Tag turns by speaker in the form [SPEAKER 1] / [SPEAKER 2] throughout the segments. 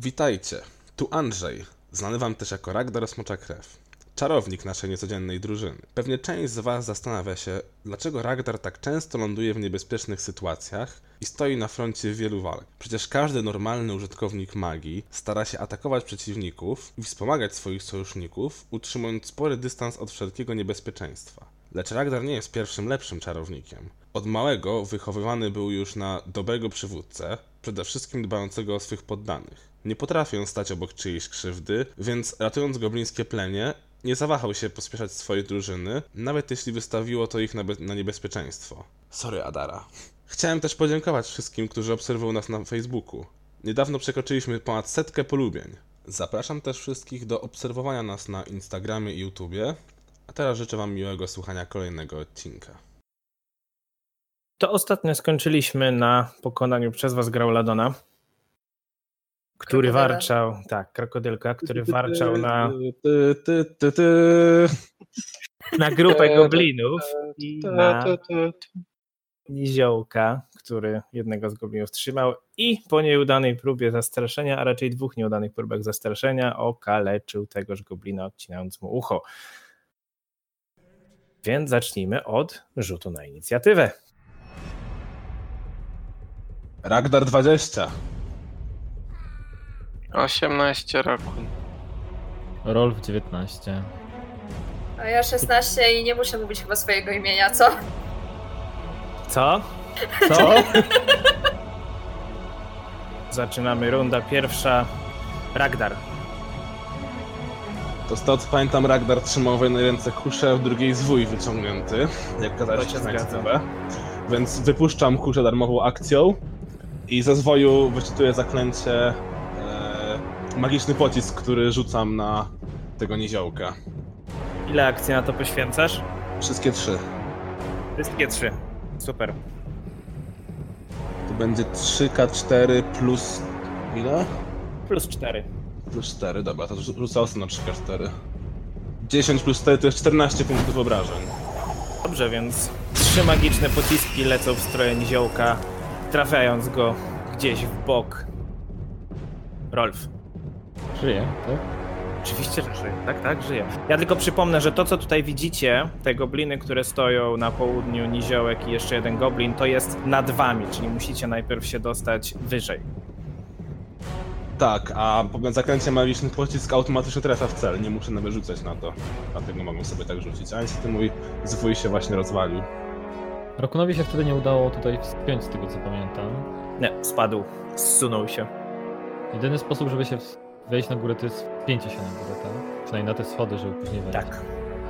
[SPEAKER 1] Witajcie, tu Andrzej, znany wam też jako Ragdar Smocza Krew, czarownik naszej niecodziennej drużyny. Pewnie część z was zastanawia się, dlaczego Ragdar tak często ląduje w niebezpiecznych sytuacjach i stoi na froncie wielu walk. Przecież każdy normalny użytkownik magii stara się atakować przeciwników i wspomagać swoich sojuszników, utrzymując spory dystans od wszelkiego niebezpieczeństwa. Lecz Ragdar nie jest pierwszym lepszym czarownikiem. Od małego wychowywany był już na dobrego przywódcę, przede wszystkim dbającego o swych poddanych. Nie potrafił stać obok czyjejś krzywdy, więc ratując goblińskie plemię, nie zawahał się pospieszać swojej drużyny, nawet jeśli wystawiło to ich na, be- na niebezpieczeństwo. Sorry, Adara. Chciałem też podziękować wszystkim, którzy obserwują nas na Facebooku. Niedawno przekroczyliśmy ponad setkę polubień. Zapraszam też wszystkich do obserwowania nas na Instagramie i YouTubie. A teraz życzę Wam miłego słuchania kolejnego odcinka.
[SPEAKER 2] To ostatnio skończyliśmy na pokonaniu przez was Grauladona, który
[SPEAKER 3] Krokodyla.
[SPEAKER 2] warczał, tak, krokodylka, który warczał na,
[SPEAKER 1] Ty, ty, ty, ty.
[SPEAKER 2] na grupę goblinów i na niziołka, który jednego z goblinów trzymał i po nieudanej próbie zastraszenia, a raczej dwóch nieudanych próbach zastraszenia okaleczył tegoż goblina, odcinając mu ucho. Więc zacznijmy od rzutu na inicjatywę.
[SPEAKER 1] Ragdar 20.
[SPEAKER 4] 18 rakun.
[SPEAKER 5] Rolf 19.
[SPEAKER 3] A ja 16 i nie muszę mówić chyba swojego imienia, co?
[SPEAKER 2] Co?
[SPEAKER 5] Co?
[SPEAKER 2] Zaczynamy runda pierwsza. Ragdar.
[SPEAKER 1] To stąd pamiętam Ragdar trzymał w jednej ręce kuszę, a w drugiej zwój wyciągnięty, jak
[SPEAKER 2] To
[SPEAKER 1] kazałeś
[SPEAKER 2] się
[SPEAKER 1] się
[SPEAKER 2] zgadza.
[SPEAKER 1] zgadza. Więc wypuszczam kuszę darmową akcją i ze zwoju wyczytuję zaklęcie e, magiczny pocisk, który rzucam na tego niziołka.
[SPEAKER 2] Ile akcji na to poświęcasz?
[SPEAKER 1] Wszystkie trzy.
[SPEAKER 2] Wszystkie trzy. Super.
[SPEAKER 1] To będzie 3K4 plus... ile?
[SPEAKER 2] Plus cztery.
[SPEAKER 1] Plus 4, dobra, to rzu- rzucę osy na 3K4. 10 plus 4 to jest 14 punktów obrażeń.
[SPEAKER 2] Dobrze, więc trzy magiczne pociski lecą w stronę niziołka, trafiając go gdzieś w bok. Rolf.
[SPEAKER 5] Żyję, tak?
[SPEAKER 2] Oczywiście, że żyje. Tak, tak, żyje. Ja tylko przypomnę, że to, co tutaj widzicie, te gobliny, które stoją na południu, niziołek i jeszcze jeden goblin, to jest nad wami, czyli musicie najpierw się dostać wyżej.
[SPEAKER 1] Tak, a po zakręcie magiczny pocisk automatycznie trafia w cel, nie muszę nawet rzucać na to. Dlatego mogę sobie tak rzucić. A niestety mój zwój się właśnie rozwalił.
[SPEAKER 5] Rokunowi się wtedy nie udało tutaj wspiąć, z tego co pamiętam.
[SPEAKER 2] Nie, spadł. Zsunął się.
[SPEAKER 5] Jedyny sposób, żeby się ws- wejść na górę, to jest wpięcie się na górę, tak? Przynajmniej na te schody, żeby później wejść.
[SPEAKER 2] Tak.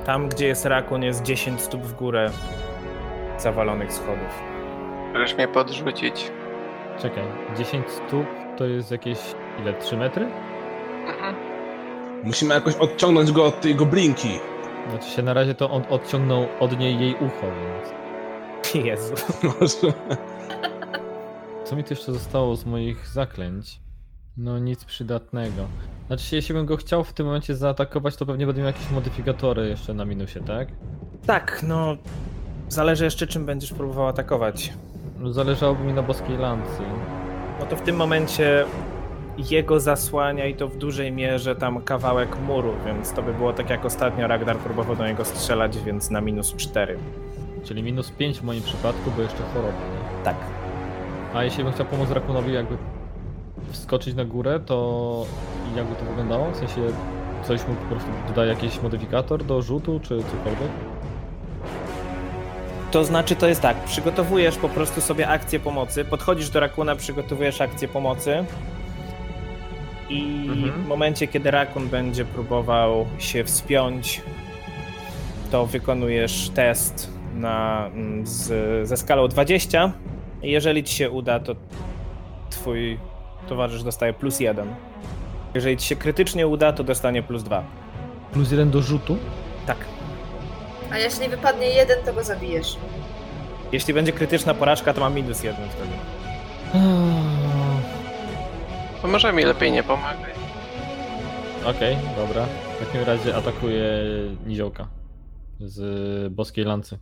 [SPEAKER 2] Tam, gdzie jest rakun, jest 10 stóp w górę zawalonych schodów.
[SPEAKER 4] Możesz mnie podrzucić.
[SPEAKER 5] Czekaj, 10 stóp to jest jakieś, ile, 3 metry?
[SPEAKER 4] Mhm.
[SPEAKER 1] Musimy jakoś odciągnąć go od tej goblinki.
[SPEAKER 5] Znaczy się na razie to on odciągnął od niej jej ucho, więc...
[SPEAKER 2] Jezu.
[SPEAKER 1] Może.
[SPEAKER 5] Co mi tu jeszcze zostało z moich zaklęć? No nic przydatnego. Znaczy się, jeśli bym go chciał w tym momencie zaatakować, to pewnie będę miał jakieś modyfikatory jeszcze na minusie, tak?
[SPEAKER 2] Tak, no. Zależy jeszcze, czym będziesz próbował atakować.
[SPEAKER 5] No, Zależałoby mi na boskiej lancy.
[SPEAKER 2] No to w tym momencie jego zasłania i to w dużej mierze tam kawałek muru, więc to by było tak jak ostatnio Ragnar próbował do niego strzelać, więc na minus 4.
[SPEAKER 5] Czyli minus 5 w moim przypadku, bo jeszcze choroba, nie?
[SPEAKER 2] Tak.
[SPEAKER 5] A jeśli bym chciał pomóc Rakunowi jakby wskoczyć na górę, to jakby to wyglądało? W sensie coś mu po prostu dodaje jakiś modyfikator do rzutu, czy cokolwiek?
[SPEAKER 2] To znaczy to jest tak, przygotowujesz po prostu sobie akcję pomocy, podchodzisz do Rakuna, przygotowujesz akcję pomocy i
[SPEAKER 4] Mhm.
[SPEAKER 2] w momencie, kiedy Rakun będzie próbował się wspiąć, to wykonujesz test na, mm, z, ze skalą 20 i jeżeli ci się uda, to twój towarzysz dostaje plus 1. Jeżeli ci się krytycznie uda, to dostanie plus 2.
[SPEAKER 5] Plus jeden do rzutu?
[SPEAKER 2] Tak.
[SPEAKER 3] A jeśli wypadnie jeden, to go zabijesz.
[SPEAKER 2] Jeśli będzie krytyczna porażka, to ma minus 1 wtedy.
[SPEAKER 5] Eee.
[SPEAKER 4] To może mi lepiej nie pomagaj.
[SPEAKER 5] Okej, dobra. W takim razie atakuje Niziołka z boskiej lancy.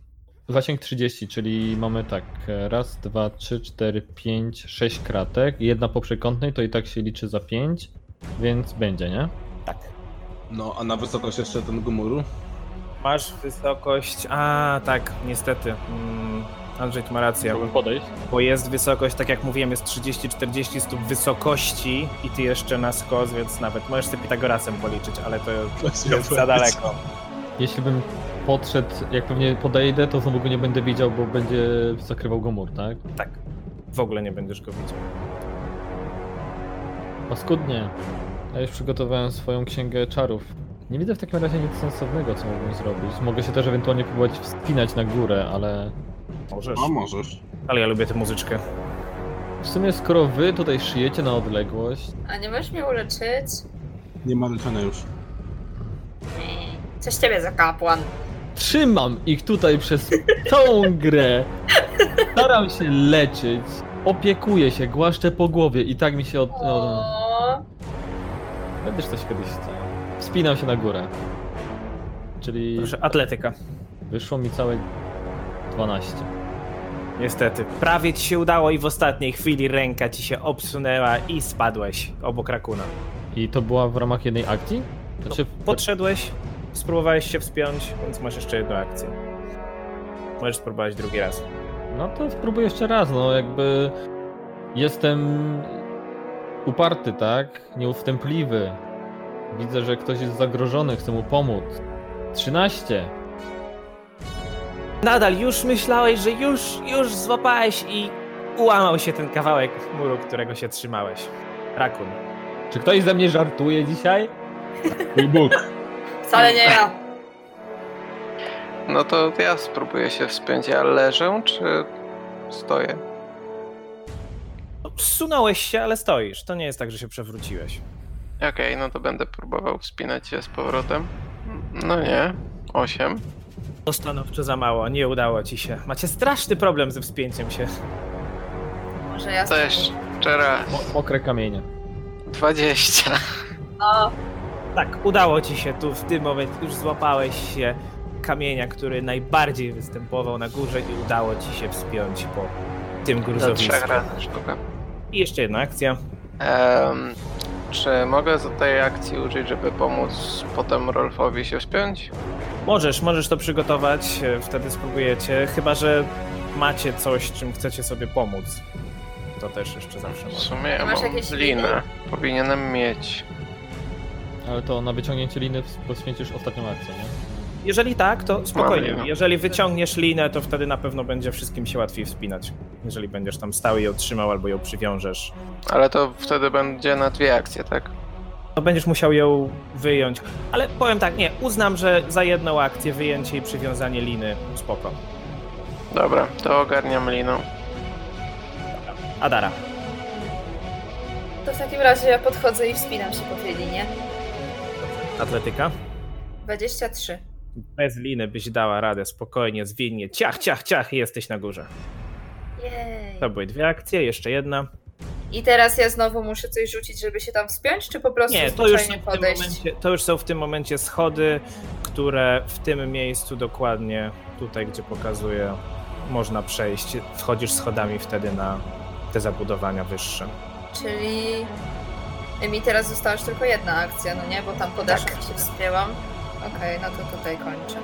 [SPEAKER 5] Zasięg 30, czyli mamy tak, raz, dwa, trzy, cztery, pięć, sześć kratek, jedna po przekątnej, to i tak się liczy za pięć, Więc będzie, nie?
[SPEAKER 2] Tak.
[SPEAKER 1] No, a na wysokość jeszcze ten gumuru?
[SPEAKER 2] Masz wysokość. A, tak, niestety. Mm, Andrzej tu ma rację.
[SPEAKER 5] Chciałbym podejść.
[SPEAKER 2] Bo jest wysokość, tak jak mówiłem, jest 30-40 stóp wysokości i ty jeszcze na skos, więc nawet możesz sobie Pitagorasem policzyć, ale to jest za daleko.
[SPEAKER 5] Jeśli bym podszedł, jak pewnie podejdę, to znowu go nie będę widział, bo będzie zakrywał go mur, tak?
[SPEAKER 2] Tak. W ogóle nie będziesz go widział.
[SPEAKER 5] Paskudnie. Ja już przygotowałem swoją księgę czarów. Nie widzę w takim razie nic sensownego, co mógłbym zrobić. Mogę się też ewentualnie próbować wspinać na górę, ale
[SPEAKER 2] Możesz.
[SPEAKER 1] No, możesz.
[SPEAKER 2] Ale ja lubię tę muzyczkę.
[SPEAKER 5] w sumie skoro wy tutaj szyjecie na odległość,
[SPEAKER 3] A nie możesz mnie uleczyć?
[SPEAKER 1] Nie ma leczenia już.
[SPEAKER 3] Coś ciebie za kapłan.
[SPEAKER 5] trzymam ich tutaj przez całą grę, staram się leczyć, opiekuję się, głaszczę po głowie i tak mi się
[SPEAKER 2] No,
[SPEAKER 5] od...
[SPEAKER 3] O,
[SPEAKER 5] od... Będziesz coś kiedyś chciał. Wspinam się na górę. Czyli
[SPEAKER 2] Proszę, atletyka.
[SPEAKER 5] wyszło mi całe 12.
[SPEAKER 2] Niestety. Prawie ci się udało i w ostatniej chwili ręka ci się obsunęła i spadłeś obok rakuna.
[SPEAKER 5] I to była w ramach jednej akcji? Znaczy,
[SPEAKER 2] Podszedłeś, spróbowałeś się wspiąć, więc masz jeszcze jedną akcję. Możesz spróbować drugi raz.
[SPEAKER 5] no to spróbuję jeszcze raz, no jakby jestem uparty, tak? Nieustępliwy. Widzę, że ktoś jest zagrożony, chcę mu pomóc. 13.
[SPEAKER 2] Nadal już myślałeś, że już, już złapałeś i ułamał się ten kawałek muru, którego się trzymałeś. Rakun.
[SPEAKER 5] Czy ktoś ze mnie żartuje dzisiaj?
[SPEAKER 1] Mój Bóg.
[SPEAKER 3] wcale nie ja.
[SPEAKER 4] No to ja spróbuję się wspiąć. Ja leżę czy stoję?
[SPEAKER 2] Sunąłeś się, ale stoisz. To nie jest tak, że się przewróciłeś.
[SPEAKER 4] Okej, no to będę próbował wspinać się z powrotem. No nie. Osiem.
[SPEAKER 2] To stanowczo za mało, nie udało ci się. Macie straszny problem ze wspięciem się.
[SPEAKER 3] Może ja
[SPEAKER 4] To jeszcze raz.
[SPEAKER 5] Mo- Mokre kamienie.
[SPEAKER 4] Dwadzieścia.
[SPEAKER 3] O,
[SPEAKER 2] Tak, udało ci się tu w tym momencie, już złapałeś się kamienia, który najbardziej występował na górze i udało ci się wspiąć po tym
[SPEAKER 4] Do
[SPEAKER 2] gruzowisku.
[SPEAKER 4] trzech razy sztuka.
[SPEAKER 2] I jeszcze jedna akcja.
[SPEAKER 4] Em, czy mogę do tej akcji użyć, żeby pomóc potem Rolfowi się wspiąć?
[SPEAKER 2] Możesz, możesz to przygotować, e, wtedy spróbujecie, chyba że macie coś, czym chcecie sobie pomóc. To też jeszcze zawsze
[SPEAKER 4] W
[SPEAKER 2] można.
[SPEAKER 4] sumie ja
[SPEAKER 3] Masz
[SPEAKER 4] mam
[SPEAKER 3] jakieś
[SPEAKER 4] linę. Powinienem mieć.
[SPEAKER 5] Ale to na wyciągnięcie liny w- poświęcisz ostatnią akcję, nie?
[SPEAKER 2] Jeżeli tak, to spokojnie.
[SPEAKER 4] linę.
[SPEAKER 2] Jeżeli wyciągniesz linę, to wtedy na pewno będzie wszystkim się łatwiej wspinać. Jeżeli będziesz tam stał i ją trzymał, albo ją przywiążesz,
[SPEAKER 4] Ale to wtedy będzie na dwie akcje, tak?
[SPEAKER 2] to będziesz musiał ją wyjąć. Ale powiem tak, nie, uznam, że za jedną akcję wyjęcie i przywiązanie liny spoko.
[SPEAKER 4] Dobra, to ogarniam liną.
[SPEAKER 2] Adara.
[SPEAKER 3] to w takim razie ja podchodzę i wspinam się po tej linie.
[SPEAKER 2] Atletyka.
[SPEAKER 3] 23.
[SPEAKER 2] Bez liny byś dała radę, spokojnie, zwinnie. Ciach, ciach, ciach i jesteś na górze.
[SPEAKER 3] Jej.
[SPEAKER 2] To były dwie akcje, jeszcze jedna.
[SPEAKER 3] I teraz ja znowu muszę coś rzucić, żeby się tam wspiąć, czy po prostu
[SPEAKER 2] Nie, to już, są
[SPEAKER 3] zwyczajnie
[SPEAKER 2] w tym
[SPEAKER 3] podejść?
[SPEAKER 2] momencie, to już są w tym momencie schody, które w tym miejscu dokładnie, tutaj gdzie pokazuję, można przejść. Wchodzisz schodami wtedy na te zabudowania wyższe.
[SPEAKER 3] Czyli mi teraz została już tylko jedna akcja, no nie? Bo tam podeszłam
[SPEAKER 2] Tak.
[SPEAKER 3] i się wspięłam. Okej, no to tutaj kończę.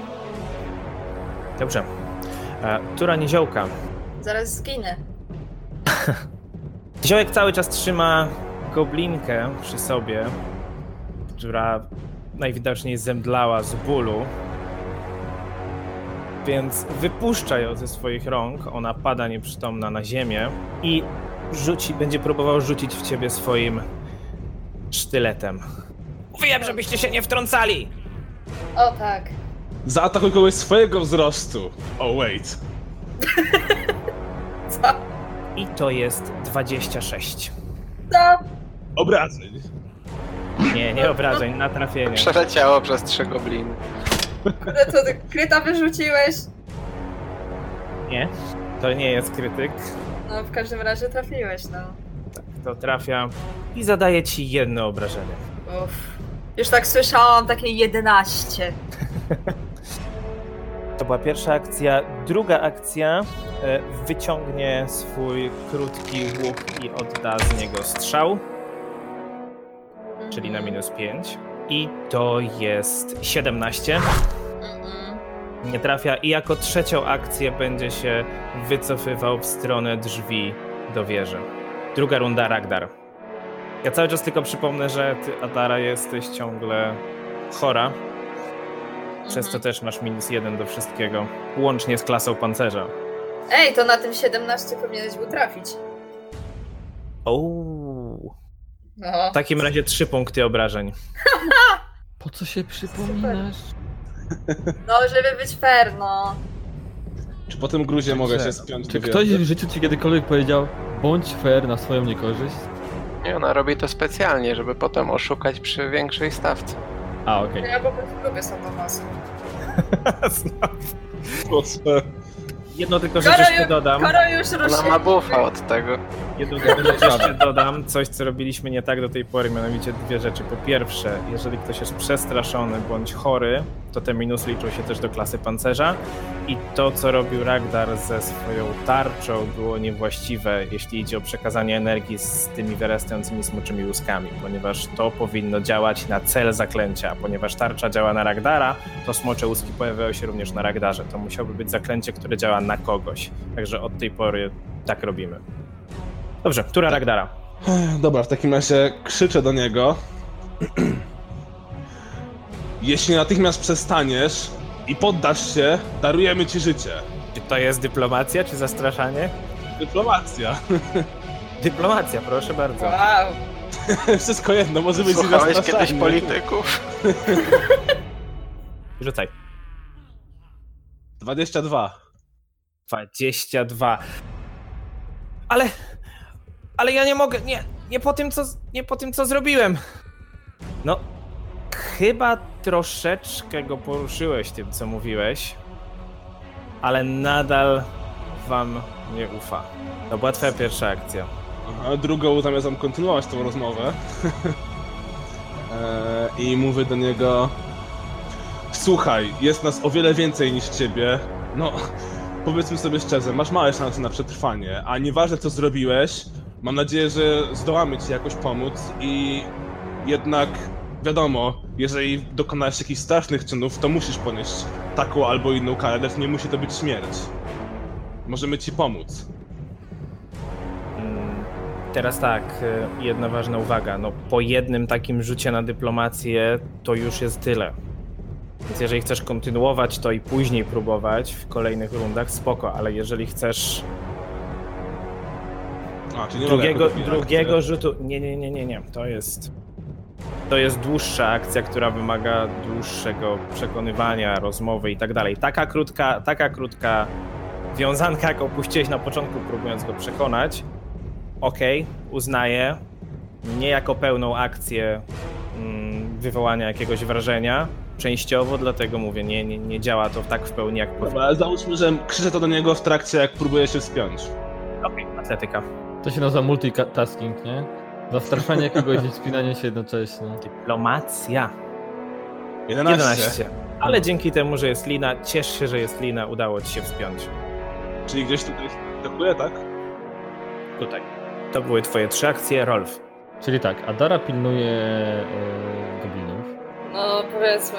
[SPEAKER 2] Dobrze. E, Tura Niziołka.
[SPEAKER 3] Zaraz zginę.
[SPEAKER 2] Ziołek cały czas trzyma goblinkę przy sobie, która najwidoczniej zemdlała z bólu. Więc wypuszcza ją ze swoich rąk, ona pada nieprzytomna na ziemię i rzuci, będzie próbował rzucić w ciebie swoim sztyletem. Mówiłem, żebyście się nie wtrącali!
[SPEAKER 3] O tak.
[SPEAKER 1] Zaatakuj kogoś swojego wzrostu. Oh, wait.
[SPEAKER 3] Co?
[SPEAKER 2] I to jest 26.
[SPEAKER 3] Co?
[SPEAKER 1] Obrażeń.
[SPEAKER 2] Nie, nie obrażeń, na trafienie.
[SPEAKER 4] Przeleciało przez trzy gobliny.
[SPEAKER 3] Kurde, to ty kryta wyrzuciłeś?
[SPEAKER 2] Nie, to nie jest krytyk.
[SPEAKER 3] No, w każdym razie trafiłeś, no.
[SPEAKER 2] To trafia i zadaje ci jedno obrażenie.
[SPEAKER 3] Uff. Już tak słyszałam, takie 11.
[SPEAKER 2] To była pierwsza akcja. Druga akcja e, wyciągnie swój krótki łuk i odda z niego strzał. czyli na minus 5. I to jest 17.
[SPEAKER 3] Mhm.
[SPEAKER 2] Nie trafia i jako trzecią akcję będzie się wycofywał w stronę drzwi do wieży. Druga runda Ragdar. Ja cały czas tylko przypomnę, że ty, Atara, jesteś ciągle chora, przez co
[SPEAKER 3] mhm.
[SPEAKER 2] też masz minus jeden do wszystkiego, łącznie z klasą pancerza.
[SPEAKER 3] Ej, to na tym 17 powinieneś był trafić.
[SPEAKER 2] Ouu.
[SPEAKER 3] No.
[SPEAKER 4] Tak.
[SPEAKER 2] W takim razie trzy punkty obrażeń.
[SPEAKER 5] Po co się przypominasz?
[SPEAKER 3] No, żeby być fair, no.
[SPEAKER 1] Czy po tym gruzie mogę się
[SPEAKER 5] Że-
[SPEAKER 1] spiąć
[SPEAKER 5] Czy
[SPEAKER 1] do
[SPEAKER 5] ktoś
[SPEAKER 1] wiązy?
[SPEAKER 5] w życiu ci kiedykolwiek powiedział, bądź fair na swoją niekorzyść?
[SPEAKER 4] Nie, ona robi to specjalnie, żeby potem oszukać przy większej stawce.
[SPEAKER 5] A, okej.
[SPEAKER 3] Ja po prostu lubię sadomaso.
[SPEAKER 1] Proszę.
[SPEAKER 2] Jedno tylko rzecz
[SPEAKER 3] Koro,
[SPEAKER 2] jeszcze
[SPEAKER 3] ju,
[SPEAKER 2] dodam.
[SPEAKER 3] Koro już
[SPEAKER 4] Ona
[SPEAKER 3] ruszy.
[SPEAKER 4] ma bufa od tego.
[SPEAKER 2] Jedną tylko rzecz jeszcze dodam, coś co robiliśmy nie tak do tej pory, mianowicie dwie rzeczy. Po pierwsze, jeżeli ktoś jest przestraszony bądź chory, to te minusy liczą się też do klasy pancerza i to co robił Ragdar ze swoją tarczą było niewłaściwe, jeśli idzie o przekazanie energii z tymi wyrastającymi smuczymi łuskami, ponieważ to powinno działać na cel zaklęcia, ponieważ tarcza działa na Ragdara, to smocze łuski pojawiają się również na Ragdarze. To musiałoby być zaklęcie, które działa na kogoś. Także od tej pory tak robimy. Dobrze, która Ragdara?
[SPEAKER 1] Dobra, w takim razie krzyczę do niego. Jeśli natychmiast przestaniesz i poddasz się, darujemy ci życie.
[SPEAKER 2] Czy to jest dyplomacja, czy zastraszanie?
[SPEAKER 1] Dyplomacja.
[SPEAKER 2] Dyplomacja, proszę bardzo.
[SPEAKER 3] Wow.
[SPEAKER 1] Wszystko jedno, może być i
[SPEAKER 4] Słuchałeś kiedyś
[SPEAKER 1] zastraszanie.
[SPEAKER 4] polityków?
[SPEAKER 2] Rzucaj.
[SPEAKER 1] 22.
[SPEAKER 2] 22. Ale... Ale ja nie mogę, nie, nie po tym co, nie po tym co zrobiłem. No, chyba troszeczkę go poruszyłeś tym co mówiłeś, ale nadal wam nie ufa. To była twoja pierwsza akcja.
[SPEAKER 1] Aha, drugą zamiast nam kontynuować tą rozmowę. Eee, I mówię do niego: Słuchaj, jest nas o wiele więcej niż ciebie. No, powiedzmy sobie szczerze, masz małe szanse na przetrwanie, a nieważne co zrobiłeś, mam nadzieję, że zdołamy ci jakoś pomóc i jednak. Wiadomo, jeżeli dokonałeś jakichś strasznych czynów, to musisz ponieść taką albo inną karę, lecz nie musi to być śmierć. Możemy ci pomóc.
[SPEAKER 2] Mm, Teraz tak, y, jedna ważna uwaga. No, po jednym takim rzucie na dyplomację to już jest tyle. Więc jeżeli chcesz kontynuować to i później próbować w kolejnych rundach, spoko, ale jeżeli chcesz
[SPEAKER 1] A, czyli nie mogę
[SPEAKER 2] drugiego,
[SPEAKER 1] jako drugiej akcji.
[SPEAKER 2] drugiego rzutu. Nie, nie, nie, nie, nie. To jest. To jest dłuższa akcja, która wymaga dłuższego przekonywania, rozmowy i tak dalej. Taka krótka, taka krótka wiązanka, jaką puściłeś na początku, próbując go przekonać. Okej, uznaję. Nie jako pełną akcję mm, wywołania jakiegoś wrażenia. Częściowo, dlatego mówię, nie, nie, nie działa to tak w pełni jak powinno.
[SPEAKER 1] Dobra, ale załóżmy, że krzyczę to do niego w trakcie, jak próbuje się wspiąć.
[SPEAKER 2] Okej, atletyka.
[SPEAKER 5] To się nazywa multitasking, nie? Zastraszanie kogoś i wspinanie się jednocześnie.
[SPEAKER 2] Dyplomacja.
[SPEAKER 1] 11.
[SPEAKER 2] 11. Ale dzięki temu, że jest lina, ciesz się, że jest lina, udało ci się wspiąć.
[SPEAKER 1] Czyli gdzieś tutaj dokuje, tak?
[SPEAKER 2] Tutaj. To były twoje trzy akcje, Rolf.
[SPEAKER 5] Czyli tak, Adara pilnuje e, goblinów.
[SPEAKER 3] No, powiedzmy.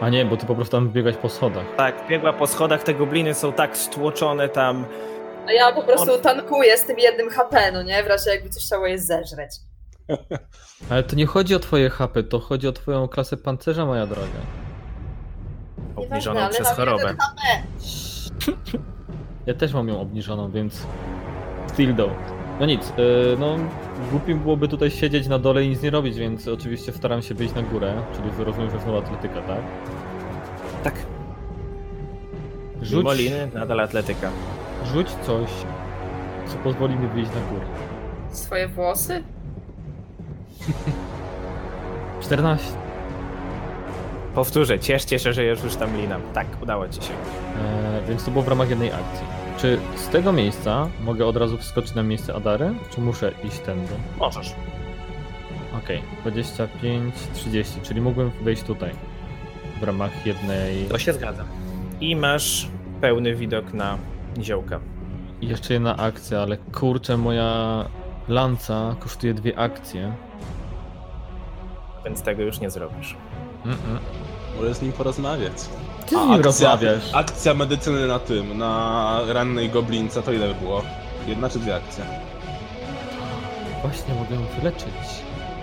[SPEAKER 5] A nie, bo ty po prostu tam biegać po schodach.
[SPEAKER 2] Tak, biegła po schodach, te gobliny są tak stłoczone tam.
[SPEAKER 3] A ja po prostu tankuję z tym jednym HP, no nie? W razie jakby coś chciało je zeżreć.
[SPEAKER 5] Ale to nie chodzi o twoje chapy, to chodzi o twoją klasę pancerza, moja droga.
[SPEAKER 2] Obniżoną
[SPEAKER 3] ale
[SPEAKER 2] przez
[SPEAKER 3] mam
[SPEAKER 2] chorobę.
[SPEAKER 3] jeden
[SPEAKER 5] Ja też mam ją obniżoną, więc... Still though. No nic, e, no głupim byłoby tutaj siedzieć na dole i nic nie robić, więc oczywiście staram się wyjść na górę, czyli rozumiem, że znowu atletyka, tak?
[SPEAKER 2] Tak,
[SPEAKER 5] Rzuć,
[SPEAKER 2] Mimo liny, nadal atletyka.
[SPEAKER 5] rzuć coś, co pozwoli mi wyjść na górę.
[SPEAKER 3] Swoje włosy?
[SPEAKER 5] 14.
[SPEAKER 2] Powtórzę, cieszcie się, że jest już tam lina. Tak, udało ci się.
[SPEAKER 5] E, więc to było w ramach jednej akcji. Czy z tego miejsca mogę od razu wskoczyć na miejsce Adary, czy muszę iść tędy?
[SPEAKER 2] Możesz.
[SPEAKER 5] Okej, 25, 30, czyli mógłbym wejść tutaj. W ramach jednej.
[SPEAKER 2] To się zgadza. I masz pełny widok na ziołka.
[SPEAKER 5] I Jeszcze jedna akcja, ale kurczę, moja lanca kosztuje dwie akcje.
[SPEAKER 2] więc tego już nie zrobisz.
[SPEAKER 5] Mm-mm.
[SPEAKER 1] Możesz z nim porozmawiać.
[SPEAKER 5] Ty
[SPEAKER 1] A
[SPEAKER 5] z nim
[SPEAKER 1] akcja-
[SPEAKER 5] rozmawiasz.
[SPEAKER 1] Akcja medycyny na tym, na rannej goblince, to ile było? Jedna czy dwie akcje?
[SPEAKER 5] Właśnie mogę ją wyleczyć.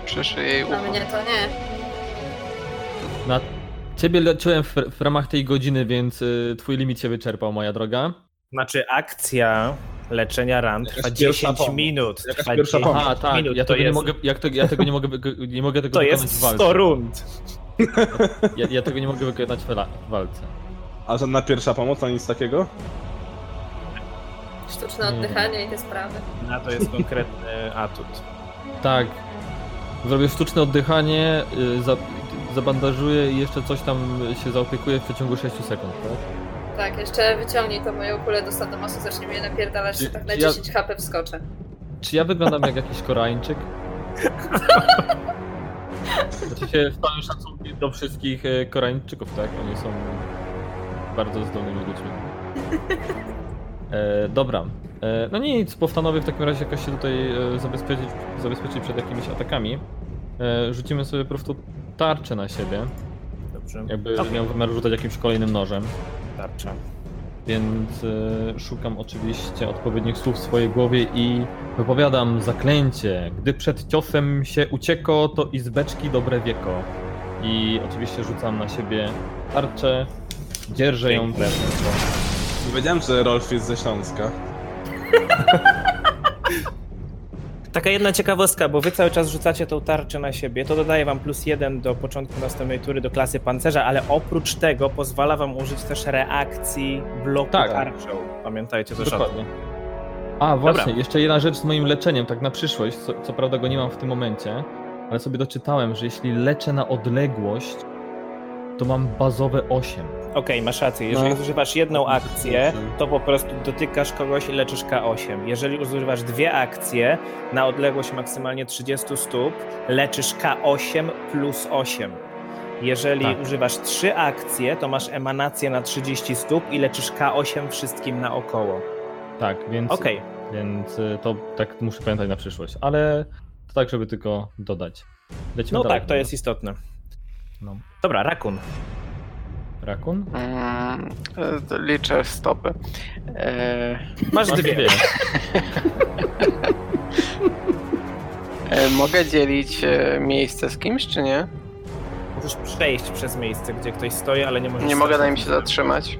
[SPEAKER 4] Przyszy jej
[SPEAKER 3] A
[SPEAKER 4] ucho.
[SPEAKER 3] mnie to nie.
[SPEAKER 5] Na ciebie leczyłem w, w ramach tej godziny, więc y, twój limit się wyczerpał, moja droga.
[SPEAKER 2] Znaczy akcja leczenia ran trwa
[SPEAKER 1] Jakaś pierwsza
[SPEAKER 2] 10
[SPEAKER 1] pomoc.
[SPEAKER 2] minut.
[SPEAKER 1] Jakaś
[SPEAKER 2] Trwa
[SPEAKER 1] pierwsza
[SPEAKER 2] 10
[SPEAKER 1] pomoc.
[SPEAKER 5] A, tak,
[SPEAKER 2] minut.
[SPEAKER 5] ja
[SPEAKER 2] to
[SPEAKER 5] tego nie
[SPEAKER 2] jest,
[SPEAKER 5] mogę, jak to, ja tego nie mogę, wyko- nie mogę tego
[SPEAKER 2] to
[SPEAKER 5] wykonać
[SPEAKER 2] jest
[SPEAKER 5] w
[SPEAKER 2] 100
[SPEAKER 5] walce.
[SPEAKER 2] rund.
[SPEAKER 5] Ja, ja tego nie mogę wykonać w la- w walce.
[SPEAKER 1] A żadna pierwsza pomoc, ani nic takiego?
[SPEAKER 3] Sztuczne
[SPEAKER 5] Nie.
[SPEAKER 3] oddychanie i te sprawy.
[SPEAKER 2] Na to jest konkretny atut.
[SPEAKER 5] Tak. Zrobię sztuczne oddychanie, y, za, zabandażuję i jeszcze coś tam się zaopiekuję w przeciągu 6 sekund, tak?
[SPEAKER 3] Tak, jeszcze wyciągnij to moją kulę do sadomasu, zacznie mnie napierdalać, że tak na
[SPEAKER 5] Czy ja-
[SPEAKER 3] 10 HP wskoczę.
[SPEAKER 5] Czy ja wyglądam jak jakiś Koreańczyk? Znaczy się w całym szacunku do wszystkich y, Koreańczyków, tak? Oni są bardzo zdolnymi ludźmi. E, dobra. E, no nic, postanowię w takim razie jakoś się tutaj e, zabezpieczyć, zabezpieczyć przed jakimiś atakami. E, rzucimy sobie po prostu tarczę na siebie.
[SPEAKER 2] Dobrze.
[SPEAKER 5] Jakby
[SPEAKER 2] Okej,
[SPEAKER 5] miał wymiar rzucać jakimś kolejnym nożem,
[SPEAKER 2] tarcza.
[SPEAKER 5] więc e, szukam oczywiście odpowiednich słów w swojej głowie i wypowiadam zaklęcie. Gdy przed ciosem się ucieko, to i z beczki dobre wieko. I oczywiście rzucam na siebie tarczę, dzierżę ją
[SPEAKER 2] Piękne.
[SPEAKER 5] wewnątrz.
[SPEAKER 1] Nie Wiedziałem, że Rolf jest ze Śląska.
[SPEAKER 2] Taka jedna ciekawostka, bo wy cały czas rzucacie tą tarczę na siebie, to dodaje wam plus jeden do początku następnej tury do klasy pancerza, ale oprócz tego pozwala wam użyć też reakcji bloku
[SPEAKER 5] Tak.
[SPEAKER 2] tarczą. Pamiętajcie też o tym.
[SPEAKER 5] Dokładnie. A, właśnie,
[SPEAKER 2] Dobra.
[SPEAKER 5] jeszcze jedna rzecz z moim leczeniem, tak na przyszłość. Co, co prawda go nie mam w tym momencie, ale sobie doczytałem, że jeśli leczę na odległość, to mam bazowe 8.
[SPEAKER 2] Okej, masz rację, jeżeli
[SPEAKER 1] No.
[SPEAKER 2] używasz jedną akcję,
[SPEAKER 1] Dobrze.
[SPEAKER 2] to po prostu dotykasz kogoś i leczysz K8. Jeżeli używasz dwie akcje na odległość maksymalnie 30 stóp, leczysz K8 plus 8. Jeżeli
[SPEAKER 5] Tak.
[SPEAKER 2] używasz trzy akcje, to masz emanację na 30 stóp i leczysz K8 wszystkim naokoło.
[SPEAKER 5] Tak, więc,
[SPEAKER 2] Okej,
[SPEAKER 5] więc y, to tak muszę pamiętać na przyszłość, ale to tak, żeby tylko dodać. Lecimy
[SPEAKER 2] no
[SPEAKER 5] dalej.
[SPEAKER 2] tak, to jest istotne.
[SPEAKER 5] No.
[SPEAKER 2] Dobra, rakun.
[SPEAKER 5] Rakun?
[SPEAKER 4] Mm, e, liczę stopy. E,
[SPEAKER 2] Masz
[SPEAKER 5] Masz
[SPEAKER 2] dwie.
[SPEAKER 4] e, mogę dzielić e, miejsce z kimś, czy nie?
[SPEAKER 2] Możesz przejść przez miejsce, gdzie ktoś stoi, ale nie możesz...
[SPEAKER 4] Nie mogę na
[SPEAKER 2] stać.
[SPEAKER 4] nim się zatrzymać.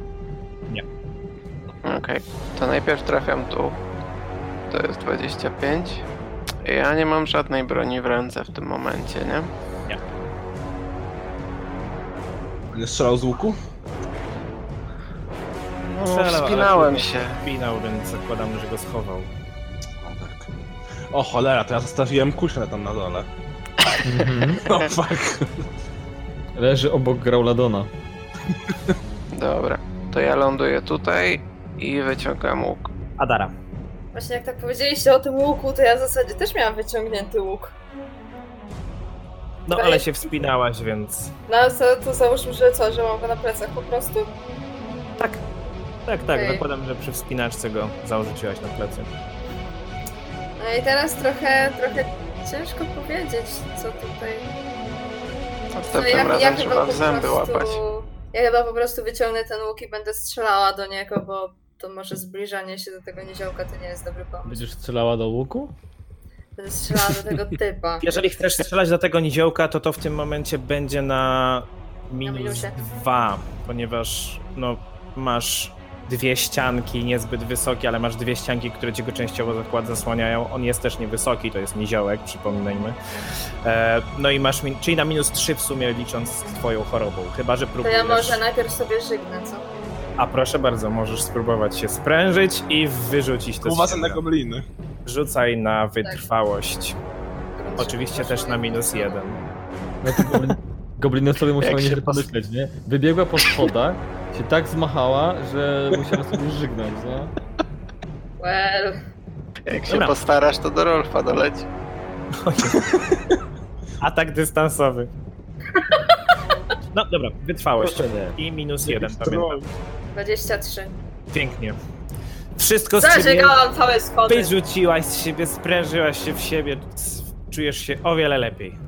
[SPEAKER 2] Nie.
[SPEAKER 4] Okej, to najpierw trafiam tu. To jest 25. Ja nie mam żadnej broni w ręce w tym momencie, nie?
[SPEAKER 1] Nie strzelał z łuku?
[SPEAKER 4] No,
[SPEAKER 2] Strzelał, ale
[SPEAKER 4] wspinałem
[SPEAKER 2] trudno.
[SPEAKER 4] się.
[SPEAKER 2] Winał, więc zakładam, że go schował.
[SPEAKER 1] O tak. O cholera, to ja zostawiłem kuszę tam na dole.
[SPEAKER 5] Mhm.
[SPEAKER 1] O fuck.
[SPEAKER 5] Leży obok Grauladona.
[SPEAKER 4] Dobra, to ja ląduję tutaj i wyciągam łuk.
[SPEAKER 2] Adara.
[SPEAKER 3] Właśnie jak tak powiedzieliście o tym łuku, to ja w zasadzie też miałam wyciągnięty łuk.
[SPEAKER 2] No
[SPEAKER 3] Daj.
[SPEAKER 2] ale się wspinałaś, więc.
[SPEAKER 3] No ale co, to załóżmy, że co, że mam go na plecach po prostu?
[SPEAKER 2] Tak, tak,
[SPEAKER 3] Okej.
[SPEAKER 2] zakładam, że przy wspinaczce go założyciłaś na plecy.
[SPEAKER 3] No i teraz trochę, trochę ciężko powiedzieć, co tutaj... no,
[SPEAKER 4] Następnym razem trzeba w zęby łapać.
[SPEAKER 3] Ja chyba po prostu wyciągnę ten łuk i będę strzelała do niego, bo to może zbliżanie się do tego niziołka to nie jest dobry pomysł.
[SPEAKER 5] Będziesz strzelała do łuku?
[SPEAKER 3] Będę strzelała do tego typa.
[SPEAKER 2] Jeżeli chcesz strzelać do tego niziołka, to to w tym momencie będzie na minus
[SPEAKER 3] minusie.
[SPEAKER 2] dwa, ponieważ no, masz dwie ścianki, niezbyt wysokie, ale masz dwie ścianki, które ci go częściowo zakład zasłaniają. On jest też niewysoki, to jest niziołek, przypominajmy. E, no i masz, min- czyli na minus trzy w sumie, licząc z twoją chorobą. Chyba, że
[SPEAKER 3] To
[SPEAKER 2] próbujesz...
[SPEAKER 3] ja może najpierw sobie żygnę, co?
[SPEAKER 2] A proszę bardzo, możesz spróbować się sprężyć i wyrzucić te
[SPEAKER 1] Uważaj na
[SPEAKER 2] strzały.
[SPEAKER 1] gobliny.
[SPEAKER 2] Rzucaj na wytrwałość.
[SPEAKER 3] Grunt
[SPEAKER 2] Oczywiście
[SPEAKER 3] się
[SPEAKER 2] też na minus
[SPEAKER 3] poszło.
[SPEAKER 2] jeden.
[SPEAKER 5] No to goblin, gobliny sobie musiały
[SPEAKER 4] Jak się
[SPEAKER 5] nieźle
[SPEAKER 4] pos-
[SPEAKER 5] pomyśleć, nie? Wybiegła po schodach, się tak zmachała, że musiała sobie żygnąć, nie?
[SPEAKER 3] Well,
[SPEAKER 4] Jak się
[SPEAKER 2] Dobra.
[SPEAKER 4] postarasz, to do Rolfa doleci.
[SPEAKER 2] Atak dystansowy. No dobra, wytrwałość.
[SPEAKER 5] nie.
[SPEAKER 2] I minus jeden, pamiętam.
[SPEAKER 1] troll.
[SPEAKER 3] 23.
[SPEAKER 2] Pięknie. Wszystko z ciebie
[SPEAKER 3] Zażygałam całe schody.
[SPEAKER 2] wyrzuciłaś z siebie, sprężyłaś się w siebie, s- czujesz się o wiele lepiej.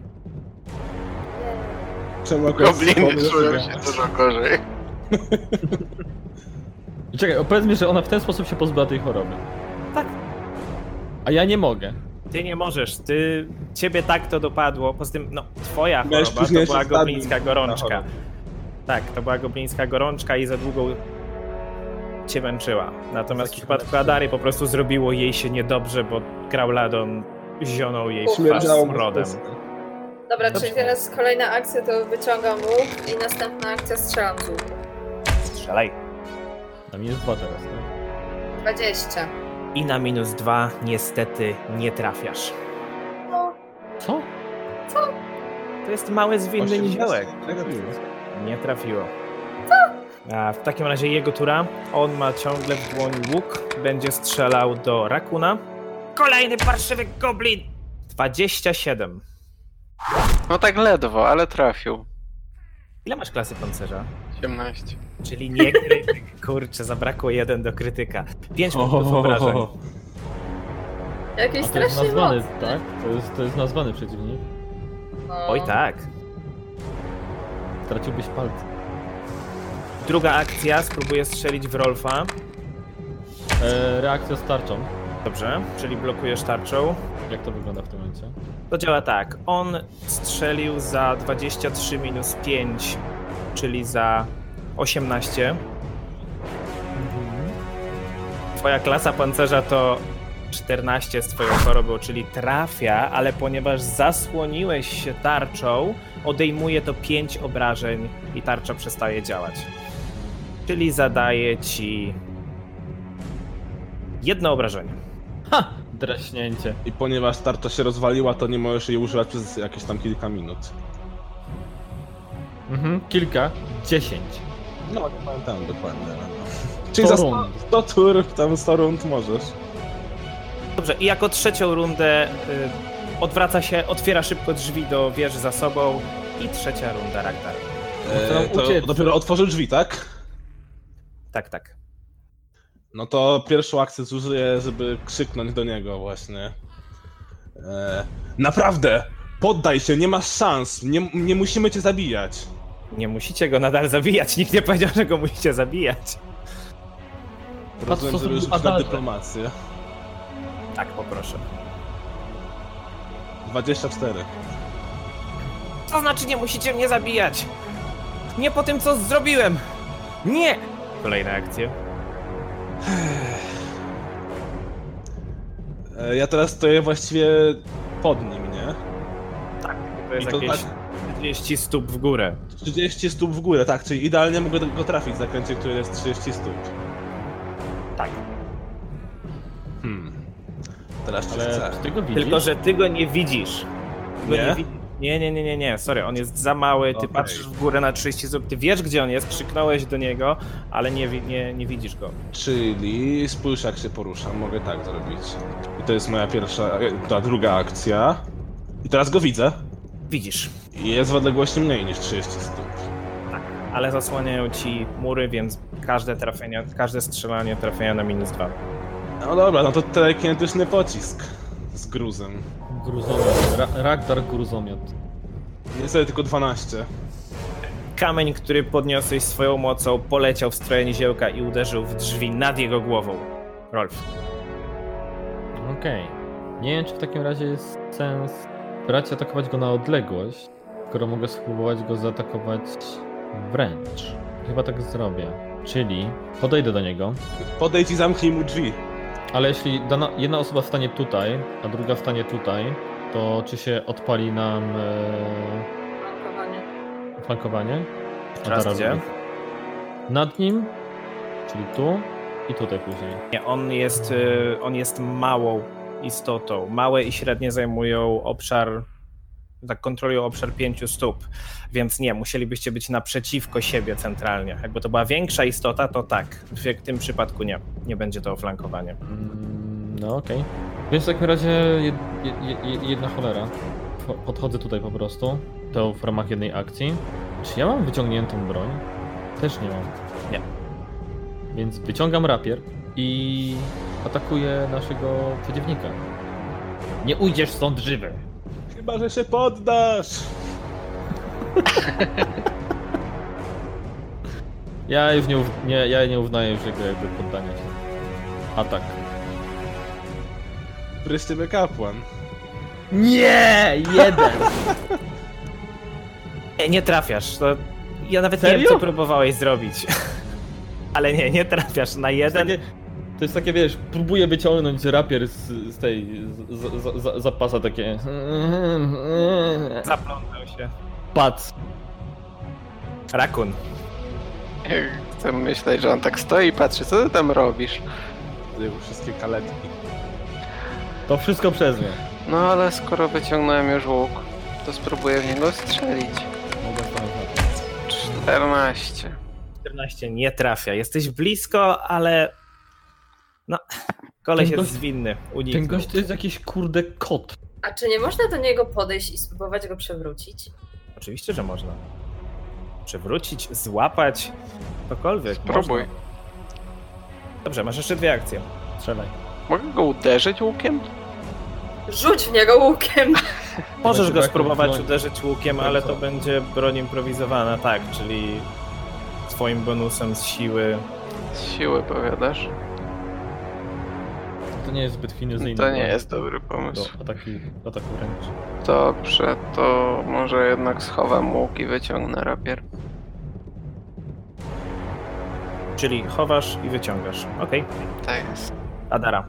[SPEAKER 1] Czemu akurat
[SPEAKER 4] Gobliny
[SPEAKER 1] wspomnę
[SPEAKER 4] czują
[SPEAKER 1] sobie-
[SPEAKER 4] się dużo gorzej.
[SPEAKER 5] I Czekaj, opowiedz mi, że ona w ten sposób się pozbyła tej choroby.
[SPEAKER 2] Tak.
[SPEAKER 5] A ja nie mogę.
[SPEAKER 2] Ty nie możesz, ty, ciebie tak to dopadło, poza tym, no, twoja
[SPEAKER 1] Miałeś
[SPEAKER 2] choroba to
[SPEAKER 1] późniejszy
[SPEAKER 2] była
[SPEAKER 1] stadium
[SPEAKER 2] goblińska gorączka.
[SPEAKER 1] chorobę.
[SPEAKER 2] Tak, to była goblińska gorączka i za długo cię męczyła. Natomiast w
[SPEAKER 5] Taki
[SPEAKER 2] przypadku
[SPEAKER 5] męczył.
[SPEAKER 2] Adary po prostu zrobiło jej się niedobrze, bo Grauladon zionął jej twarz
[SPEAKER 1] Śmierdziało mu
[SPEAKER 2] smrodem.
[SPEAKER 1] z ust.
[SPEAKER 3] Dobra,
[SPEAKER 2] Dobrze.
[SPEAKER 3] czyli teraz kolejna akcja to wyciągam łuk i następna akcja strzelam z łuku.
[SPEAKER 2] Strzelaj.
[SPEAKER 5] Na mnie jest dwa teraz, tak?
[SPEAKER 3] 20.
[SPEAKER 2] I na minus dwa niestety nie trafiasz.
[SPEAKER 5] Co?
[SPEAKER 2] To jest mały zwinny niziołek.
[SPEAKER 1] 18 negatiwy.
[SPEAKER 2] Nie trafiło. A w takim razie jego tura. On ma ciągle w dłoni łuk. Będzie strzelał do rakuna. Kolejny parszywy goblin! 27.
[SPEAKER 4] No tak ledwo, ale trafił.
[SPEAKER 2] Ile masz klasy pancerza?
[SPEAKER 4] 18.
[SPEAKER 2] Czyli nie krytyk. Kurczę, zabrakło jeden do krytyka. 5 punktów obrażeń.
[SPEAKER 3] Jakiś
[SPEAKER 5] A to jest
[SPEAKER 3] strasznie
[SPEAKER 5] nazwany,
[SPEAKER 3] mocny.
[SPEAKER 5] tak? To jest, to jest nazwany przeciwnik.
[SPEAKER 3] No.
[SPEAKER 2] Oj tak.
[SPEAKER 5] Straciłbyś palce.
[SPEAKER 2] Druga akcja. Spróbuję strzelić w Rolfa.
[SPEAKER 5] E, reakcja z tarczą.
[SPEAKER 2] Dobrze, czyli blokujesz tarczą.
[SPEAKER 5] Jak to wygląda w tym momencie?
[SPEAKER 2] To działa tak. On strzelił za 23 minus 5, czyli za 18. Twoja klasa pancerza to 14 z twoją chorobą, czyli trafia, ale ponieważ zasłoniłeś się tarczą, odejmuje to 5 obrażeń i tarcza przestaje działać. Czyli zadaje ci jedno obrażenie.
[SPEAKER 5] Ha! Draśnięcie.
[SPEAKER 1] I ponieważ tarcza się rozwaliła, to nie możesz jej używać przez jakieś tam kilka minut.
[SPEAKER 5] Mhm, kilka. Dziesięć.
[SPEAKER 1] No, nie pamiętam dokładnie. ale no.
[SPEAKER 5] Czyli
[SPEAKER 1] Czyli za 100,
[SPEAKER 5] rund.
[SPEAKER 1] 100 tur, tam 100 rund możesz.
[SPEAKER 2] Dobrze, i jako trzecią rundę y, odwraca się, otwiera szybko drzwi do wieży za sobą i trzecia runda tak, Ragnar.
[SPEAKER 1] E, to
[SPEAKER 5] No uciec.
[SPEAKER 1] dopiero otworzył drzwi, tak?
[SPEAKER 2] Tak, tak.
[SPEAKER 1] No to pierwszą akcję zużyję, żeby krzyknąć do niego właśnie. E, naprawdę! Poddaj się, nie masz szans! Nie, nie musimy cię zabijać!
[SPEAKER 2] Nie musicie go nadal zabijać, nikt nie powiedział, że go musicie zabijać.
[SPEAKER 1] Rozumiem,
[SPEAKER 5] sposób
[SPEAKER 1] żeby rzucić na
[SPEAKER 5] Adarze.
[SPEAKER 1] dyplomację.
[SPEAKER 2] Tak, poproszę.
[SPEAKER 1] 24.
[SPEAKER 2] To znaczy nie musicie mnie zabijać! Nie po tym, co zrobiłem! Nie! Kolejna akcja.
[SPEAKER 1] E, ja teraz stoję właściwie pod nim, nie?
[SPEAKER 2] To jest
[SPEAKER 1] I to
[SPEAKER 2] jakieś
[SPEAKER 1] tak
[SPEAKER 2] 40 stóp w górę.
[SPEAKER 1] 30 stóp w górę, tak, czyli idealnie mogę go trafić w zakręcie, które jest 30 stóp.
[SPEAKER 2] Tak.
[SPEAKER 1] Hmm. Teraz cię
[SPEAKER 5] Ale
[SPEAKER 1] chcę.
[SPEAKER 5] czy ty go widzisz?
[SPEAKER 2] Tylko, że ty go nie widzisz. Ty go
[SPEAKER 1] Nie?
[SPEAKER 2] nie widzisz. Nie, nie, nie, nie, nie, sorry, on jest za mały, ty
[SPEAKER 1] Okej.
[SPEAKER 2] patrzysz w górę na 30 zup, ty wiesz gdzie on jest, krzyknąłeś do niego, ale nie, wi- nie, nie widzisz go.
[SPEAKER 1] Czyli spójrz jak się poruszam, mogę tak zrobić. I to jest moja pierwsza, e, ta druga akcja. I teraz go widzę.
[SPEAKER 2] Widzisz,
[SPEAKER 1] I jest w odległości mniej niż 30 stóp.
[SPEAKER 2] ale zasłaniają ci mury, więc każde trafienie, każde strzelanie trafienia na minus dwa.
[SPEAKER 1] No dobra, no to telekinetyczny pocisk. Z gruzem.
[SPEAKER 5] Gruzomiot. Ra- Ragdar Gruzomiot.
[SPEAKER 1] Jest sobie tylko 12.
[SPEAKER 2] Kamień, który podniosłeś swoją mocą, poleciał w stronę niziołka i uderzył w drzwi nad jego głową. Rolf.
[SPEAKER 5] Okej. Nie wiem, czy w takim razie jest sens brać i atakować go na odległość, skoro mogę spróbować go zaatakować wręcz. Chyba tak zrobię. Czyli podejdę do niego,
[SPEAKER 1] Podejdź i zamknij mu drzwi.
[SPEAKER 5] ale jeśli dana, jedna osoba stanie tutaj, a druga stanie tutaj, to czy się odpali nam e,
[SPEAKER 3] Blokowanie.
[SPEAKER 5] flankowanie? A
[SPEAKER 2] Teraz
[SPEAKER 5] zaraz
[SPEAKER 2] gdzie?
[SPEAKER 5] widzę. Nad nim, czyli tu i tutaj później.
[SPEAKER 2] Nie, on jest, y, on jest małą istotą. Małe i średnie zajmują obszar, tak kontrolują obszar pięciu stóp, więc nie, musielibyście być naprzeciwko siebie centralnie. Jakby to była większa istota, to tak. W tym przypadku nie, nie będzie to oflankowanie.
[SPEAKER 5] Mm, No okej. Więc w takim razie jed, jed, jed, jedna cholera. Po- Podchodzę tutaj po prostu. To w ramach jednej akcji. Czy ja mam wyciągniętą broń? Też nie mam.
[SPEAKER 2] Nie.
[SPEAKER 5] Więc wyciągam rapier i atakuję naszego przeciwnika. Nie ujdziesz stąd żywy!
[SPEAKER 1] Chyba, że się poddasz!
[SPEAKER 5] Ja już nie, uw- nie, ja nie uznaję już jego jakby poddania się. Atak.
[SPEAKER 1] Wreszcie by kapłan.
[SPEAKER 5] Nie! Jeden!
[SPEAKER 2] Nie, nie trafiasz. To... Ja nawet nie
[SPEAKER 5] Serio?
[SPEAKER 2] wiem, co próbowałeś zrobić. Ale nie, nie trafiasz na jeden.
[SPEAKER 5] Takie, to jest takie, wiesz, próbuję wyciągnąć rapier z, z tej, z, z, z- z, zapasa takie...
[SPEAKER 2] Zaplątał się.
[SPEAKER 5] Zapat.
[SPEAKER 2] Rakun.
[SPEAKER 4] Chcę myśleć, że on tak stoi i patrzy, co ty tam robisz?
[SPEAKER 1] Jego wszystkie kaletki.
[SPEAKER 5] To wszystko przez mnie.
[SPEAKER 4] No ale skoro wyciągnąłem już łuk, to spróbuję w niego strzelić.
[SPEAKER 5] Mogę stanąć na
[SPEAKER 4] 14.
[SPEAKER 2] 14 nie trafia. Jesteś blisko, ale. No. Koleś
[SPEAKER 5] Ten
[SPEAKER 2] jest
[SPEAKER 5] gość-
[SPEAKER 2] zwinny.
[SPEAKER 5] to.
[SPEAKER 2] Uniknął.
[SPEAKER 5] Ten gość to jest jakiś kurde kot.
[SPEAKER 3] A czy nie można do niego podejść i spróbować go przewrócić?
[SPEAKER 2] Oczywiście, że można. Przewrócić, złapać. Cokolwiek.
[SPEAKER 4] Spróbuj.
[SPEAKER 2] Można. Dobrze, masz jeszcze dwie akcje.
[SPEAKER 5] Strzelaj.
[SPEAKER 4] Mogę go uderzyć łukiem?
[SPEAKER 3] Rzuć w niego łukiem!
[SPEAKER 2] Możesz
[SPEAKER 5] Znaczy,
[SPEAKER 2] go
[SPEAKER 5] tak,
[SPEAKER 2] spróbować
[SPEAKER 5] broń.
[SPEAKER 2] uderzyć łukiem, ale to będzie broń improwizowana, tak, czyli twoim bonusem z siły.
[SPEAKER 4] Z siły powiadasz?
[SPEAKER 5] To nie jest zbyt finezyjne.
[SPEAKER 4] To nie jest dobry pomysł.
[SPEAKER 5] Do ataki, ataku wręcz.
[SPEAKER 4] Dobrze, to może jednak schowam łuk i wyciągnę rapier.
[SPEAKER 2] Czyli chowasz i wyciągasz. Okej,
[SPEAKER 4] Tak jest.
[SPEAKER 2] Adara.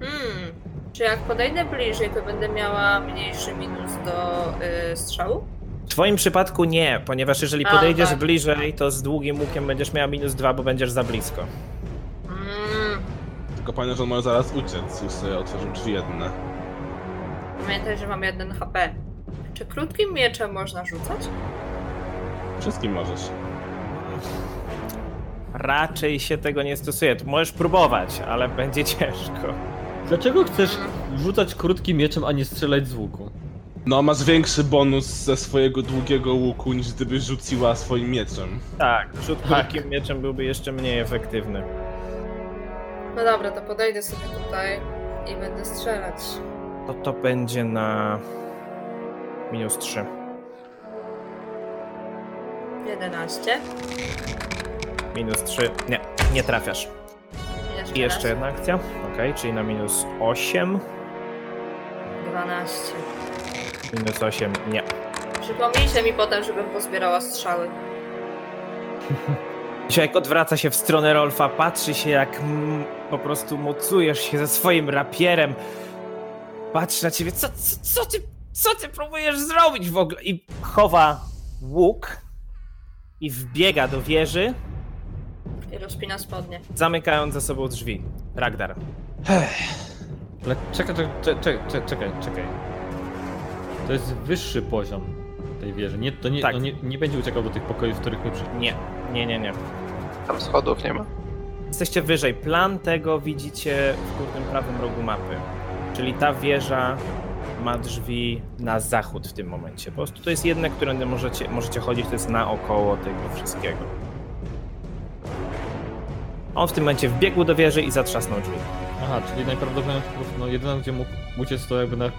[SPEAKER 3] Hmm. Czy jak podejdę bliżej, to będę miała mniejszy minus do y, strzału?
[SPEAKER 2] W twoim przypadku nie, ponieważ jeżeli
[SPEAKER 3] A,
[SPEAKER 2] podejdziesz
[SPEAKER 3] tak.
[SPEAKER 2] bliżej, to z długim łukiem będziesz miała minus dwa, bo będziesz za blisko.
[SPEAKER 3] Mm.
[SPEAKER 1] Tylko pamiętaj, że on może zaraz uciec, już sobie otworzył drzwi jedne.
[SPEAKER 3] Pamiętaj, że mam jeden HP. Czy krótkim mieczem można rzucać?
[SPEAKER 1] Wszystkim możesz.
[SPEAKER 2] Raczej się tego nie stosuje. Tu Możesz próbować, ale będzie ciężko.
[SPEAKER 5] Dlaczego chcesz rzucać krótkim mieczem, a nie strzelać z łuku?
[SPEAKER 1] No, masz większy bonus ze swojego długiego łuku, niż gdyby rzuciła swoim mieczem.
[SPEAKER 2] Tak, rzut takim mieczem byłby jeszcze mniej efektywny.
[SPEAKER 3] No dobra, to podejdę sobie tutaj i będę strzelać.
[SPEAKER 2] To to będzie na minus trzy.
[SPEAKER 3] 11.
[SPEAKER 2] Minus trzy. Nie, nie trafiasz. I jeszcze jedna akcja. Okej, czyli na minus 8.
[SPEAKER 3] raz. 12.
[SPEAKER 2] Minus 8, nie.
[SPEAKER 3] Przypomnijcie mi potem, żebym pozbierała strzały.
[SPEAKER 2] Ziajek odwraca się w stronę Rolfa, patrzy się jak mm, po prostu mocujesz się ze swoim rapierem. Patrzy na ciebie, co, co, co, ty, co ty próbujesz zrobić w ogóle? I chowa łuk i wbiega do wieży,
[SPEAKER 3] I rozpina spodnie.
[SPEAKER 2] zamykając za sobą drzwi. Ragdar.
[SPEAKER 5] Ale czekaj, czekaj, czekaj, czekaj, czekaj, czekaj. To jest wyższy poziom tej wieży. Nie, to nie,
[SPEAKER 2] Tak.
[SPEAKER 5] no nie, nie będzie uciekał do tych pokoi, w których my przy...
[SPEAKER 2] Nie, nie, nie, nie.
[SPEAKER 4] Tam schodów nie ma.
[SPEAKER 2] Jesteście wyżej. Plan tego widzicie w górnym prawym rogu mapy. Czyli ta wieża ma drzwi na zachód w tym momencie. Po prostu to jest jedne, którędy możecie, możecie chodzić, to jest naokoło tego wszystkiego. On w tym momencie wbiegł do wieży i zatrzasnął drzwi.
[SPEAKER 5] Aha, czyli najprawdopodobniej po prostu, no jedyne gdzie mógł uciec to jakby na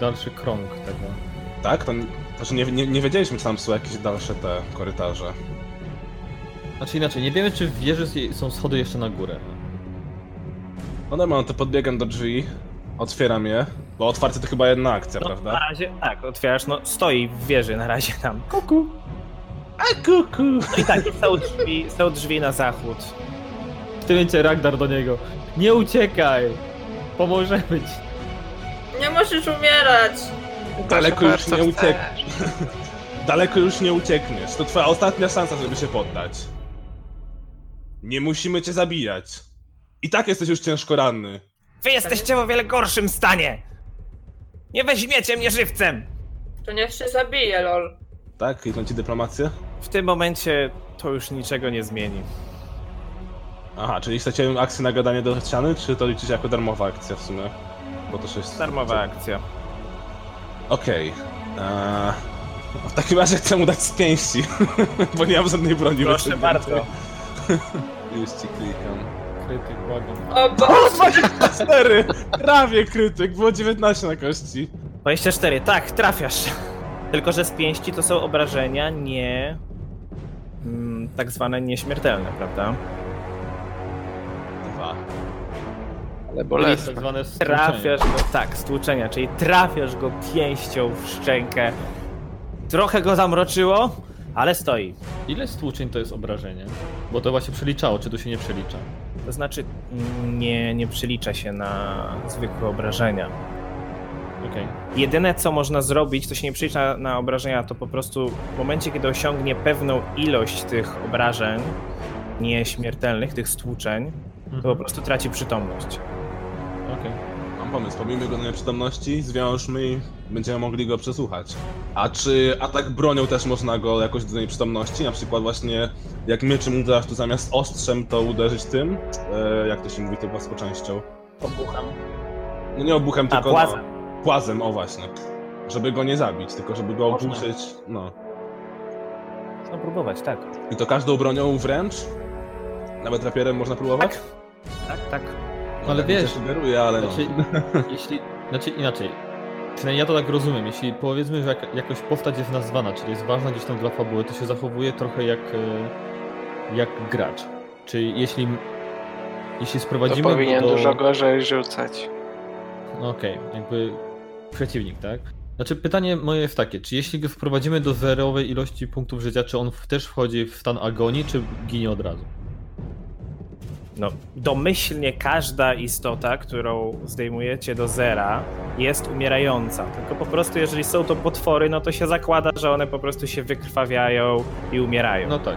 [SPEAKER 5] dalszy krąg tego.
[SPEAKER 1] Tak? To, znaczy nie, nie, nie wiedzieliśmy, czy tam są jakieś dalsze te korytarze.
[SPEAKER 5] Znaczy inaczej, nie wiemy czy w wieży z- są schody jeszcze na górę.
[SPEAKER 1] No dobra, no to podbiegam do drzwi, otwieram je, bo otwarcie to chyba jedna akcja,
[SPEAKER 2] No, na
[SPEAKER 1] prawda?
[SPEAKER 2] razie tak, otwierasz, no stoi w wieży na razie tam.
[SPEAKER 1] Kuku! A kuku!
[SPEAKER 2] No i tak, są drzwi, są drzwi na zachód.
[SPEAKER 5] W tym momencie Ragnar do niego. Nie uciekaj! Pomożemy ci!
[SPEAKER 3] Nie możesz umierać!
[SPEAKER 1] Daleko
[SPEAKER 4] Proszę
[SPEAKER 1] już
[SPEAKER 4] bardzo,
[SPEAKER 1] nie uciekł.
[SPEAKER 4] chcesz.
[SPEAKER 1] Daleko już nie uciekniesz, to twoja ostatnia szansa, żeby się poddać. Nie musimy cię zabijać. I tak jesteś już ciężko ranny.
[SPEAKER 2] Wy jesteście w o wiele gorszym stanie! Nie weźmiecie mnie żywcem!
[SPEAKER 3] To niech się zabije, lol.
[SPEAKER 1] Tak? Kliknę ci dyplomację?
[SPEAKER 2] W tym momencie to już niczego nie zmieni.
[SPEAKER 1] Aha, czyli chcecie akcję na gadanie do ściany, czy to liczycie jako darmowa akcja w sumie? Bo to jest...
[SPEAKER 2] Darmowa akcja.
[SPEAKER 1] Okej. Eee, W takim razie chcę mu dać z pięści, bo nie mam żadnej broni.
[SPEAKER 2] Proszę
[SPEAKER 1] wyciągniętej.
[SPEAKER 2] bardzo.
[SPEAKER 1] Już ci klikam.
[SPEAKER 5] Krytyk, błagam.
[SPEAKER 3] O Boże!
[SPEAKER 1] Cztery! Prawie krytyk, było 19 na kości.
[SPEAKER 2] 24, tak, trafiasz. Tylko, że z pięści to są obrażenia nie. mm, tak zwane nieśmiertelne, prawda?
[SPEAKER 5] Dwa.
[SPEAKER 4] Ale
[SPEAKER 5] Czyli tak
[SPEAKER 4] bolesne.
[SPEAKER 5] zwane stłuczenie.
[SPEAKER 2] Trafiasz go, tak, stłuczenia, czyli trafiasz go pięścią w szczękę. Trochę go zamroczyło, ale stoi.
[SPEAKER 5] Ile stłuczeń to jest obrażenie? Bo to właśnie przeliczało, czy tu się nie przelicza?
[SPEAKER 2] To znaczy, mm, nie, nie przylicza się na zwykłe obrażenia.
[SPEAKER 5] Okej.
[SPEAKER 2] Jedyne, co można zrobić, to się nie przylicza na obrażenia, to po prostu w momencie, kiedy osiągnie pewną ilość tych obrażeń nieśmiertelnych, tych stłuczeń, to po
[SPEAKER 5] Mhm.
[SPEAKER 2] prostu traci przytomność.
[SPEAKER 5] Okej.
[SPEAKER 1] Mam pomysł, pomijmy go na nieprzytomności, zwiążmy i będziemy mogli go przesłuchać. A czy atak bronią też można go jakoś do nieprzytomności? Na przykład właśnie jak mieczem uderzasz, to zamiast ostrzem to uderzyć tym? E, jak to się mówi, tą płaskoczęścią?
[SPEAKER 2] Obucham.
[SPEAKER 1] No nie obuchem,
[SPEAKER 2] A,
[SPEAKER 1] tylko...
[SPEAKER 2] płaza.
[SPEAKER 1] No, płazem, o właśnie. Żeby go nie zabić, tylko żeby go
[SPEAKER 5] Można.
[SPEAKER 1] ogłuszyć, no.
[SPEAKER 2] No próbować, tak.
[SPEAKER 1] I to każdą bronią wręcz? Nawet rapierem można próbować?
[SPEAKER 2] Tak. Tak, tak.
[SPEAKER 1] No,
[SPEAKER 5] Ale
[SPEAKER 1] tak mi się
[SPEAKER 5] wiesz,
[SPEAKER 1] Sugeruję, ale no.
[SPEAKER 5] Znaczy, jeśli, znaczy inaczej. Przynajmniej ja to tak rozumiem. Jeśli powiedzmy, że jak, jakoś postać jest nazwana, czyli jest ważna gdzieś tam dla fabuły, to się zachowuje trochę jak, e, jak gracz. Czyli jeśli, jeśli
[SPEAKER 4] To
[SPEAKER 5] sprowadzimy go
[SPEAKER 4] powinien
[SPEAKER 5] do...
[SPEAKER 4] dużo gorzej rzucać.
[SPEAKER 5] No Okej, jakby przeciwnik, tak? Znaczy pytanie moje jest takie, czy jeśli go wprowadzimy do zerowej ilości punktów życia, czy on w- też wchodzi w stan agonii, czy ginie od razu?
[SPEAKER 2] No, domyślnie każda istota, którą zdejmujecie do zera, jest umierająca. Tylko po prostu, jeżeli są to potwory, no to się zakłada, że one po prostu się wykrwawiają i umierają.
[SPEAKER 5] No tak.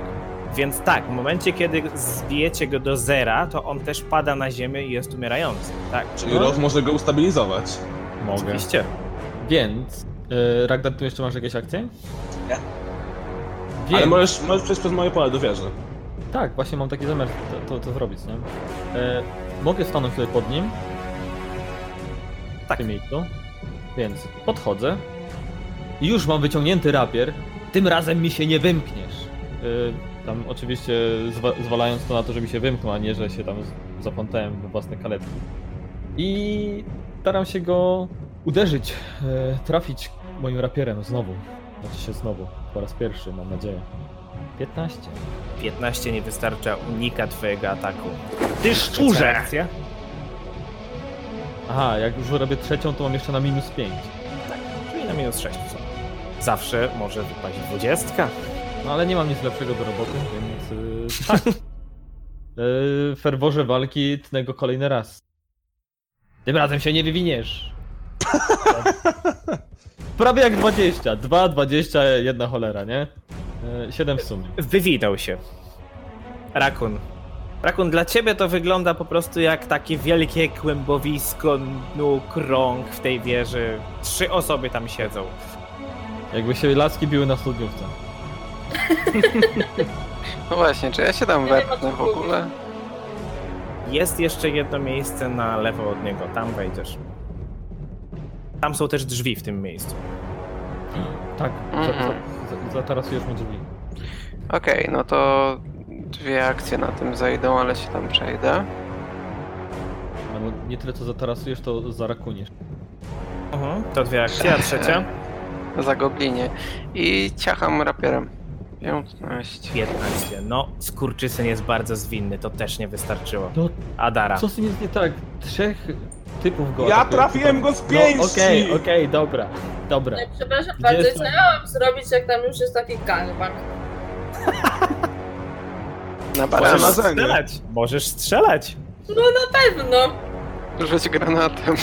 [SPEAKER 2] Więc tak, w momencie, kiedy zbijecie go do zera, to on też pada na ziemię i jest umierający. Tak,
[SPEAKER 1] Czyli
[SPEAKER 2] No,
[SPEAKER 1] Roth może go ustabilizować.
[SPEAKER 5] Mogę.
[SPEAKER 2] Oczywiście.
[SPEAKER 5] Więc, e, Ragnar, tu jeszcze masz jakieś akcje?
[SPEAKER 1] Nie.
[SPEAKER 5] Więc,
[SPEAKER 1] Ale możesz, możesz przejść przez moje pole do wieży.
[SPEAKER 5] Tak, właśnie mam taki zamiar to, to, to zrobić, nie? E, mogę stanąć tutaj pod nim, w
[SPEAKER 2] Tak.
[SPEAKER 5] tym miejscu, więc podchodzę i już mam wyciągnięty rapier, tym razem mi się nie wymkniesz. E, tam oczywiście zwa, zwalając to na to, że mi się wymknął, a nie, że się tam z- zaplątałem we własne kaletki. I staram się go uderzyć, e, trafić moim rapierem znowu. Znaczy się znowu, po raz pierwszy, mam nadzieję. 15.
[SPEAKER 2] 15 nie wystarcza, unika twojego ataku. Ty szczurze!
[SPEAKER 5] Aha, jak już robię trzecią, to mam jeszcze na minus 5.
[SPEAKER 2] Czyli na minus 6 są. Zawsze może wypaść 20.
[SPEAKER 5] No ale nie mam nic lepszego do roboty, więc yy, tak. Yy, w ferworze walki tnę go kolejny raz. Tym razem się nie wywiniesz. Prawie jak 20. 2, 20, jedna cholera, nie? Yy, 7 w sumie.
[SPEAKER 2] Wywinął się. Rakun. Rakun, dla ciebie to wygląda po prostu jak takie wielkie kłębowisko, no, krąg w tej wieży. Trzy osoby tam siedzą.
[SPEAKER 5] Jakby się laski biły na studniówce.
[SPEAKER 4] No właśnie, czy ja się tam
[SPEAKER 3] Nie wiem, o
[SPEAKER 4] wepnę
[SPEAKER 3] czym
[SPEAKER 4] w ogóle?
[SPEAKER 2] Jest jeszcze jedno miejsce na lewo od niego, tam wejdziesz. Tam są też drzwi w tym miejscu.
[SPEAKER 5] Tak, za, za,
[SPEAKER 4] Mhm.
[SPEAKER 5] za, zatarasujesz mu drzwi.
[SPEAKER 4] Okej, no to dwie akcje na tym zejdą, ale się tam przejdę.
[SPEAKER 5] Albo No, nie tyle co zatarasujesz, to zarakuniesz.
[SPEAKER 2] To dwie akcje, a trzecia?
[SPEAKER 4] Za goblinie. I ciacham rapierem. 15.
[SPEAKER 2] 15. No, skurczysyn jest bardzo zwinny, to też nie wystarczyło.
[SPEAKER 5] No
[SPEAKER 2] Adara.
[SPEAKER 5] Co z tym jest nie tak? Trzech typów go
[SPEAKER 1] Ja
[SPEAKER 5] atakuje.
[SPEAKER 1] trafiłem go z pięści!
[SPEAKER 5] No, Okej, okej, dobra, dobra.
[SPEAKER 3] Nie, Przepraszam
[SPEAKER 5] Gdzie
[SPEAKER 3] bardzo,
[SPEAKER 5] jest
[SPEAKER 3] co
[SPEAKER 5] ten-
[SPEAKER 3] miałam zrobić, jak tam już jest taki gangbang?
[SPEAKER 4] Na
[SPEAKER 2] Możesz
[SPEAKER 1] Barana
[SPEAKER 4] barana.
[SPEAKER 1] za-
[SPEAKER 2] strzelać! Możesz strzelać!
[SPEAKER 3] No na pewno!
[SPEAKER 4] Rzuć granatem.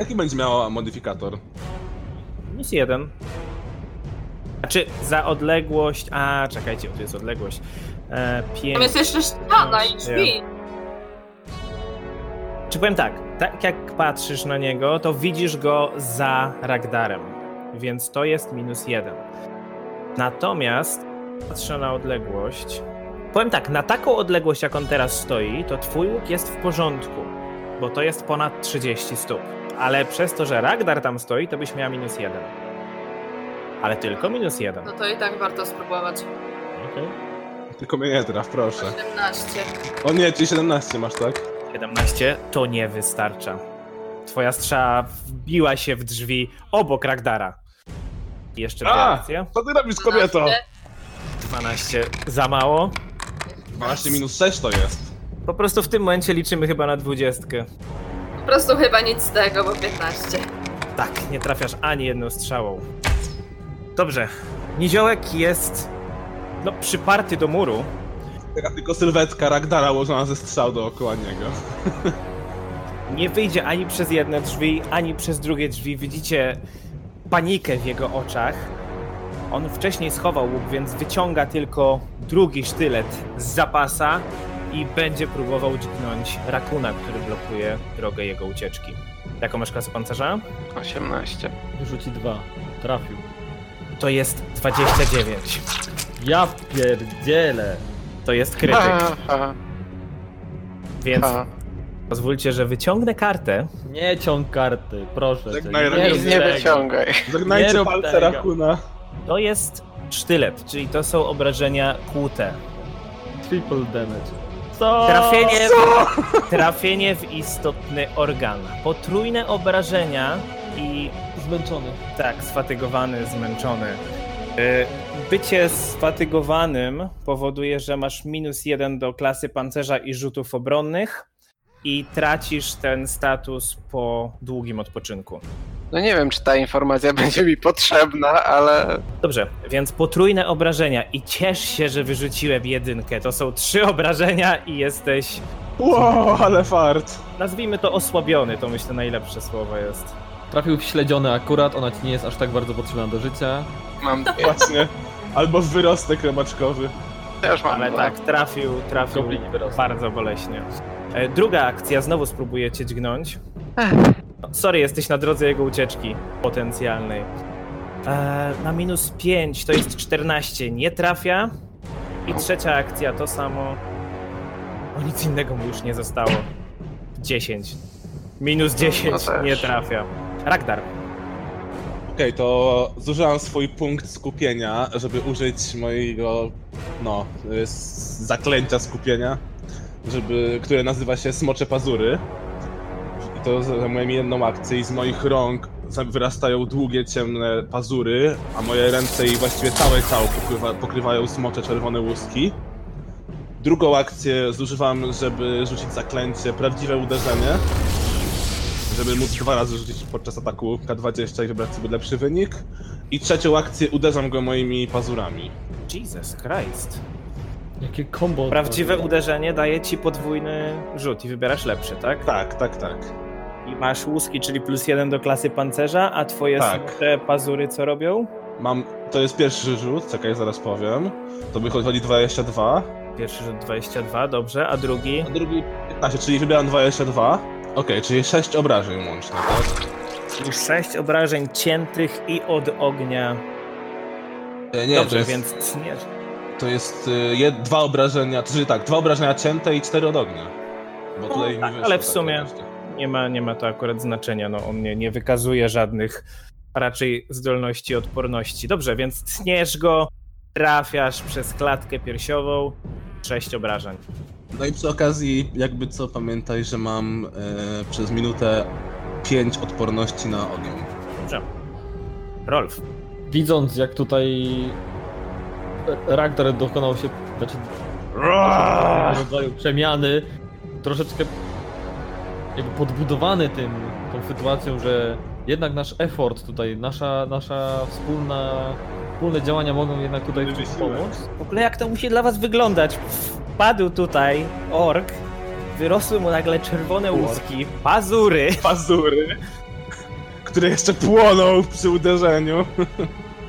[SPEAKER 1] Jaki będzie miała modyfikator?
[SPEAKER 2] Minus jeden. Znaczy, za odległość... A, czekajcie, tu jest odległość. E, pięć.
[SPEAKER 3] Tam jest jeszcze ściana i
[SPEAKER 2] Nie.
[SPEAKER 3] drzwi.
[SPEAKER 2] Czy powiem tak, tak jak patrzysz na niego, to widzisz go za Ragdarem, więc to jest minus jeden. Natomiast patrzę na odległość. Powiem tak, na taką odległość, jak on teraz stoi, to twój łuk jest w porządku, bo to jest ponad 30 stóp. Ale przez to, że Ragdar tam stoi, to byś miała minus jeden. Ale tylko minus jeden.
[SPEAKER 3] No to i tak warto spróbować.
[SPEAKER 5] Okej.
[SPEAKER 1] Tylko mnie nie traf, proszę.
[SPEAKER 3] 17.
[SPEAKER 1] O nie, czyli 17 masz, tak?
[SPEAKER 2] 17 to nie wystarcza. Twoja strzała wbiła się w drzwi obok Ragdara. Jeszcze dwie
[SPEAKER 1] A!
[SPEAKER 2] akcje.
[SPEAKER 1] Co ty robisz, kobieto?
[SPEAKER 2] 12 za mało.
[SPEAKER 1] 12 minus 6 to jest.
[SPEAKER 2] Po prostu w tym momencie liczymy chyba na dwudziestkę.
[SPEAKER 3] Po prostu chyba nic z tego, bo 15.
[SPEAKER 2] Tak, nie trafiasz ani jedną strzałą. Dobrze. Niziołek jest no, przyparty do muru.
[SPEAKER 1] Taka tylko sylwetka Ragdara ułożona ze strzał dookoła niego.
[SPEAKER 2] Nie wyjdzie ani przez jedne drzwi, ani przez drugie drzwi. Widzicie panikę w jego oczach. On wcześniej schował łuk, więc wyciąga tylko drugi sztylet z zapasa i będzie próbował dźgnąć rakuna, który blokuje drogę jego ucieczki. Jaką masz klasę pancerza?
[SPEAKER 4] 18.
[SPEAKER 5] Rzuci dwa. Trafił.
[SPEAKER 2] To jest 29.
[SPEAKER 5] Ja pierdzielę.
[SPEAKER 2] To jest krytyk,
[SPEAKER 4] ha,
[SPEAKER 2] więc
[SPEAKER 4] ha.
[SPEAKER 2] pozwólcie, że wyciągnę kartę.
[SPEAKER 5] Nie ciąg karty, proszę. cię.
[SPEAKER 1] Żegnaj,
[SPEAKER 5] Nie
[SPEAKER 1] Ragnar.
[SPEAKER 5] rób
[SPEAKER 4] Nic nie
[SPEAKER 5] tego.
[SPEAKER 4] wyciągaj.
[SPEAKER 5] Nie
[SPEAKER 1] Zagnajcie
[SPEAKER 5] rób
[SPEAKER 1] palce
[SPEAKER 5] tego.
[SPEAKER 1] Rakuna.
[SPEAKER 2] To jest sztylet, czyli to są obrażenia kłute.
[SPEAKER 5] Triple damage. Co?
[SPEAKER 2] Trafienie, trafienie w istotny organ. Potrójne obrażenia i
[SPEAKER 5] Zmęczony.
[SPEAKER 2] tak, sfatygowany, zmęczony. Y, Bycie sfatygowanym powoduje, że masz minus jeden do klasy pancerza i rzutów obronnych i tracisz ten status po długim odpoczynku.
[SPEAKER 4] No nie wiem, czy ta informacja będzie mi potrzebna, ale
[SPEAKER 2] Dobrze, więc potrójne obrażenia i ciesz się, że wyrzuciłem jedynkę. To są trzy obrażenia i jesteś,
[SPEAKER 1] Wow, ale fart.
[SPEAKER 2] nazwijmy to osłabiony, to myślę najlepsze słowo jest.
[SPEAKER 5] Trafił w śledziony akurat, ona ci nie jest aż tak bardzo potrzebna do życia.
[SPEAKER 4] mam dwie.
[SPEAKER 1] Właśnie. Albo w wyrostek robaczkowy.
[SPEAKER 4] Też mam
[SPEAKER 2] Ale
[SPEAKER 4] dwa.
[SPEAKER 2] tak, trafił, trafił
[SPEAKER 5] Goblini wyrosły.
[SPEAKER 2] bardzo boleśnie. E, Druga akcja, znowu spróbuję cię dźgnąć.
[SPEAKER 4] Ech.
[SPEAKER 2] No, Sorry, jesteś na drodze jego ucieczki potencjalnej. E, Na minus 5 to jest 14, nie trafia. I trzecia akcja to samo. O nic innego mu już nie zostało. 10. Minus 10
[SPEAKER 4] No, też.
[SPEAKER 2] nie trafia. Ragdar,
[SPEAKER 1] Okej, to zużyłam swój punkt skupienia, żeby użyć mojego, no, y, s- zaklęcia skupienia, żeby, które nazywa się Smocze Pazury. I to zajmuje mi jedną akcję i z moich rąk za- wyrastają długie, ciemne pazury, a moje ręce i właściwie całe ciało pokrywa, pokrywają smocze czerwone łuski. Drugą akcję zużywam, żeby rzucić zaklęcie Prawdziwe Uderzenie żeby móc dwa razy rzucić podczas ataku K20 i wybrać sobie lepszy wynik. I trzecią akcję uderzam go moimi pazurami.
[SPEAKER 2] Jesus Christ.
[SPEAKER 5] Jakie combo.
[SPEAKER 2] Prawdziwe uderzenie daje ci podwójny rzut i wybierasz lepszy, tak?
[SPEAKER 1] Tak, tak, tak.
[SPEAKER 2] I masz łuski, czyli plus jeden do klasy pancerza, a twoje
[SPEAKER 1] Tak.
[SPEAKER 2] smocze pazury co robią?
[SPEAKER 1] Mam, to jest pierwszy rzut, czekaj, zaraz powiem. To wychodzi 22,
[SPEAKER 2] Pierwszy rzut 22, dobrze, a drugi?
[SPEAKER 1] a drugi 15, czyli wybieram 22. Okej, czyli 6 obrażeń łącznie, tak?
[SPEAKER 2] Sześć obrażeń ciętych i od ognia.
[SPEAKER 1] E, Nie,
[SPEAKER 2] dobrze,
[SPEAKER 1] to jest,
[SPEAKER 2] więc cniesz.
[SPEAKER 1] to jest y, jed, dwa obrażenia, czyli tak, dwa obrażenia cięte i cztery od ognia. Bo
[SPEAKER 2] No,
[SPEAKER 1] tutaj mi
[SPEAKER 2] tak,
[SPEAKER 1] wyszło
[SPEAKER 2] ale w
[SPEAKER 1] tak
[SPEAKER 2] sumie-
[SPEAKER 1] właśnie.
[SPEAKER 2] Nie ma, nie ma to akurat znaczenia, no on nie, nie wykazuje żadnych raczej zdolności odporności. Dobrze, więc tniesz go, trafiasz przez klatkę piersiową, sześć obrażeń.
[SPEAKER 1] No i przy okazji, jakby co, pamiętaj, że mam e, przez minutę 5 odporności na ogień.
[SPEAKER 2] Dobrze. Rolf.
[SPEAKER 5] Widząc jak tutaj Ragnar dokonał się, znaczy rodzaju przemiany, troszeczkę jakby podbudowany tym, tą sytuacją, że jednak nasz effort tutaj, nasza, nasza wspólna, wspólne działania mogą jednak tutaj w czymś
[SPEAKER 1] Wysiłek.
[SPEAKER 5] pomóc.
[SPEAKER 2] W ogóle jak to musi dla was wyglądać? Padł tutaj ork, wyrosły mu nagle czerwone łuski, pazury.
[SPEAKER 1] Pazury, które jeszcze płoną przy uderzeniu.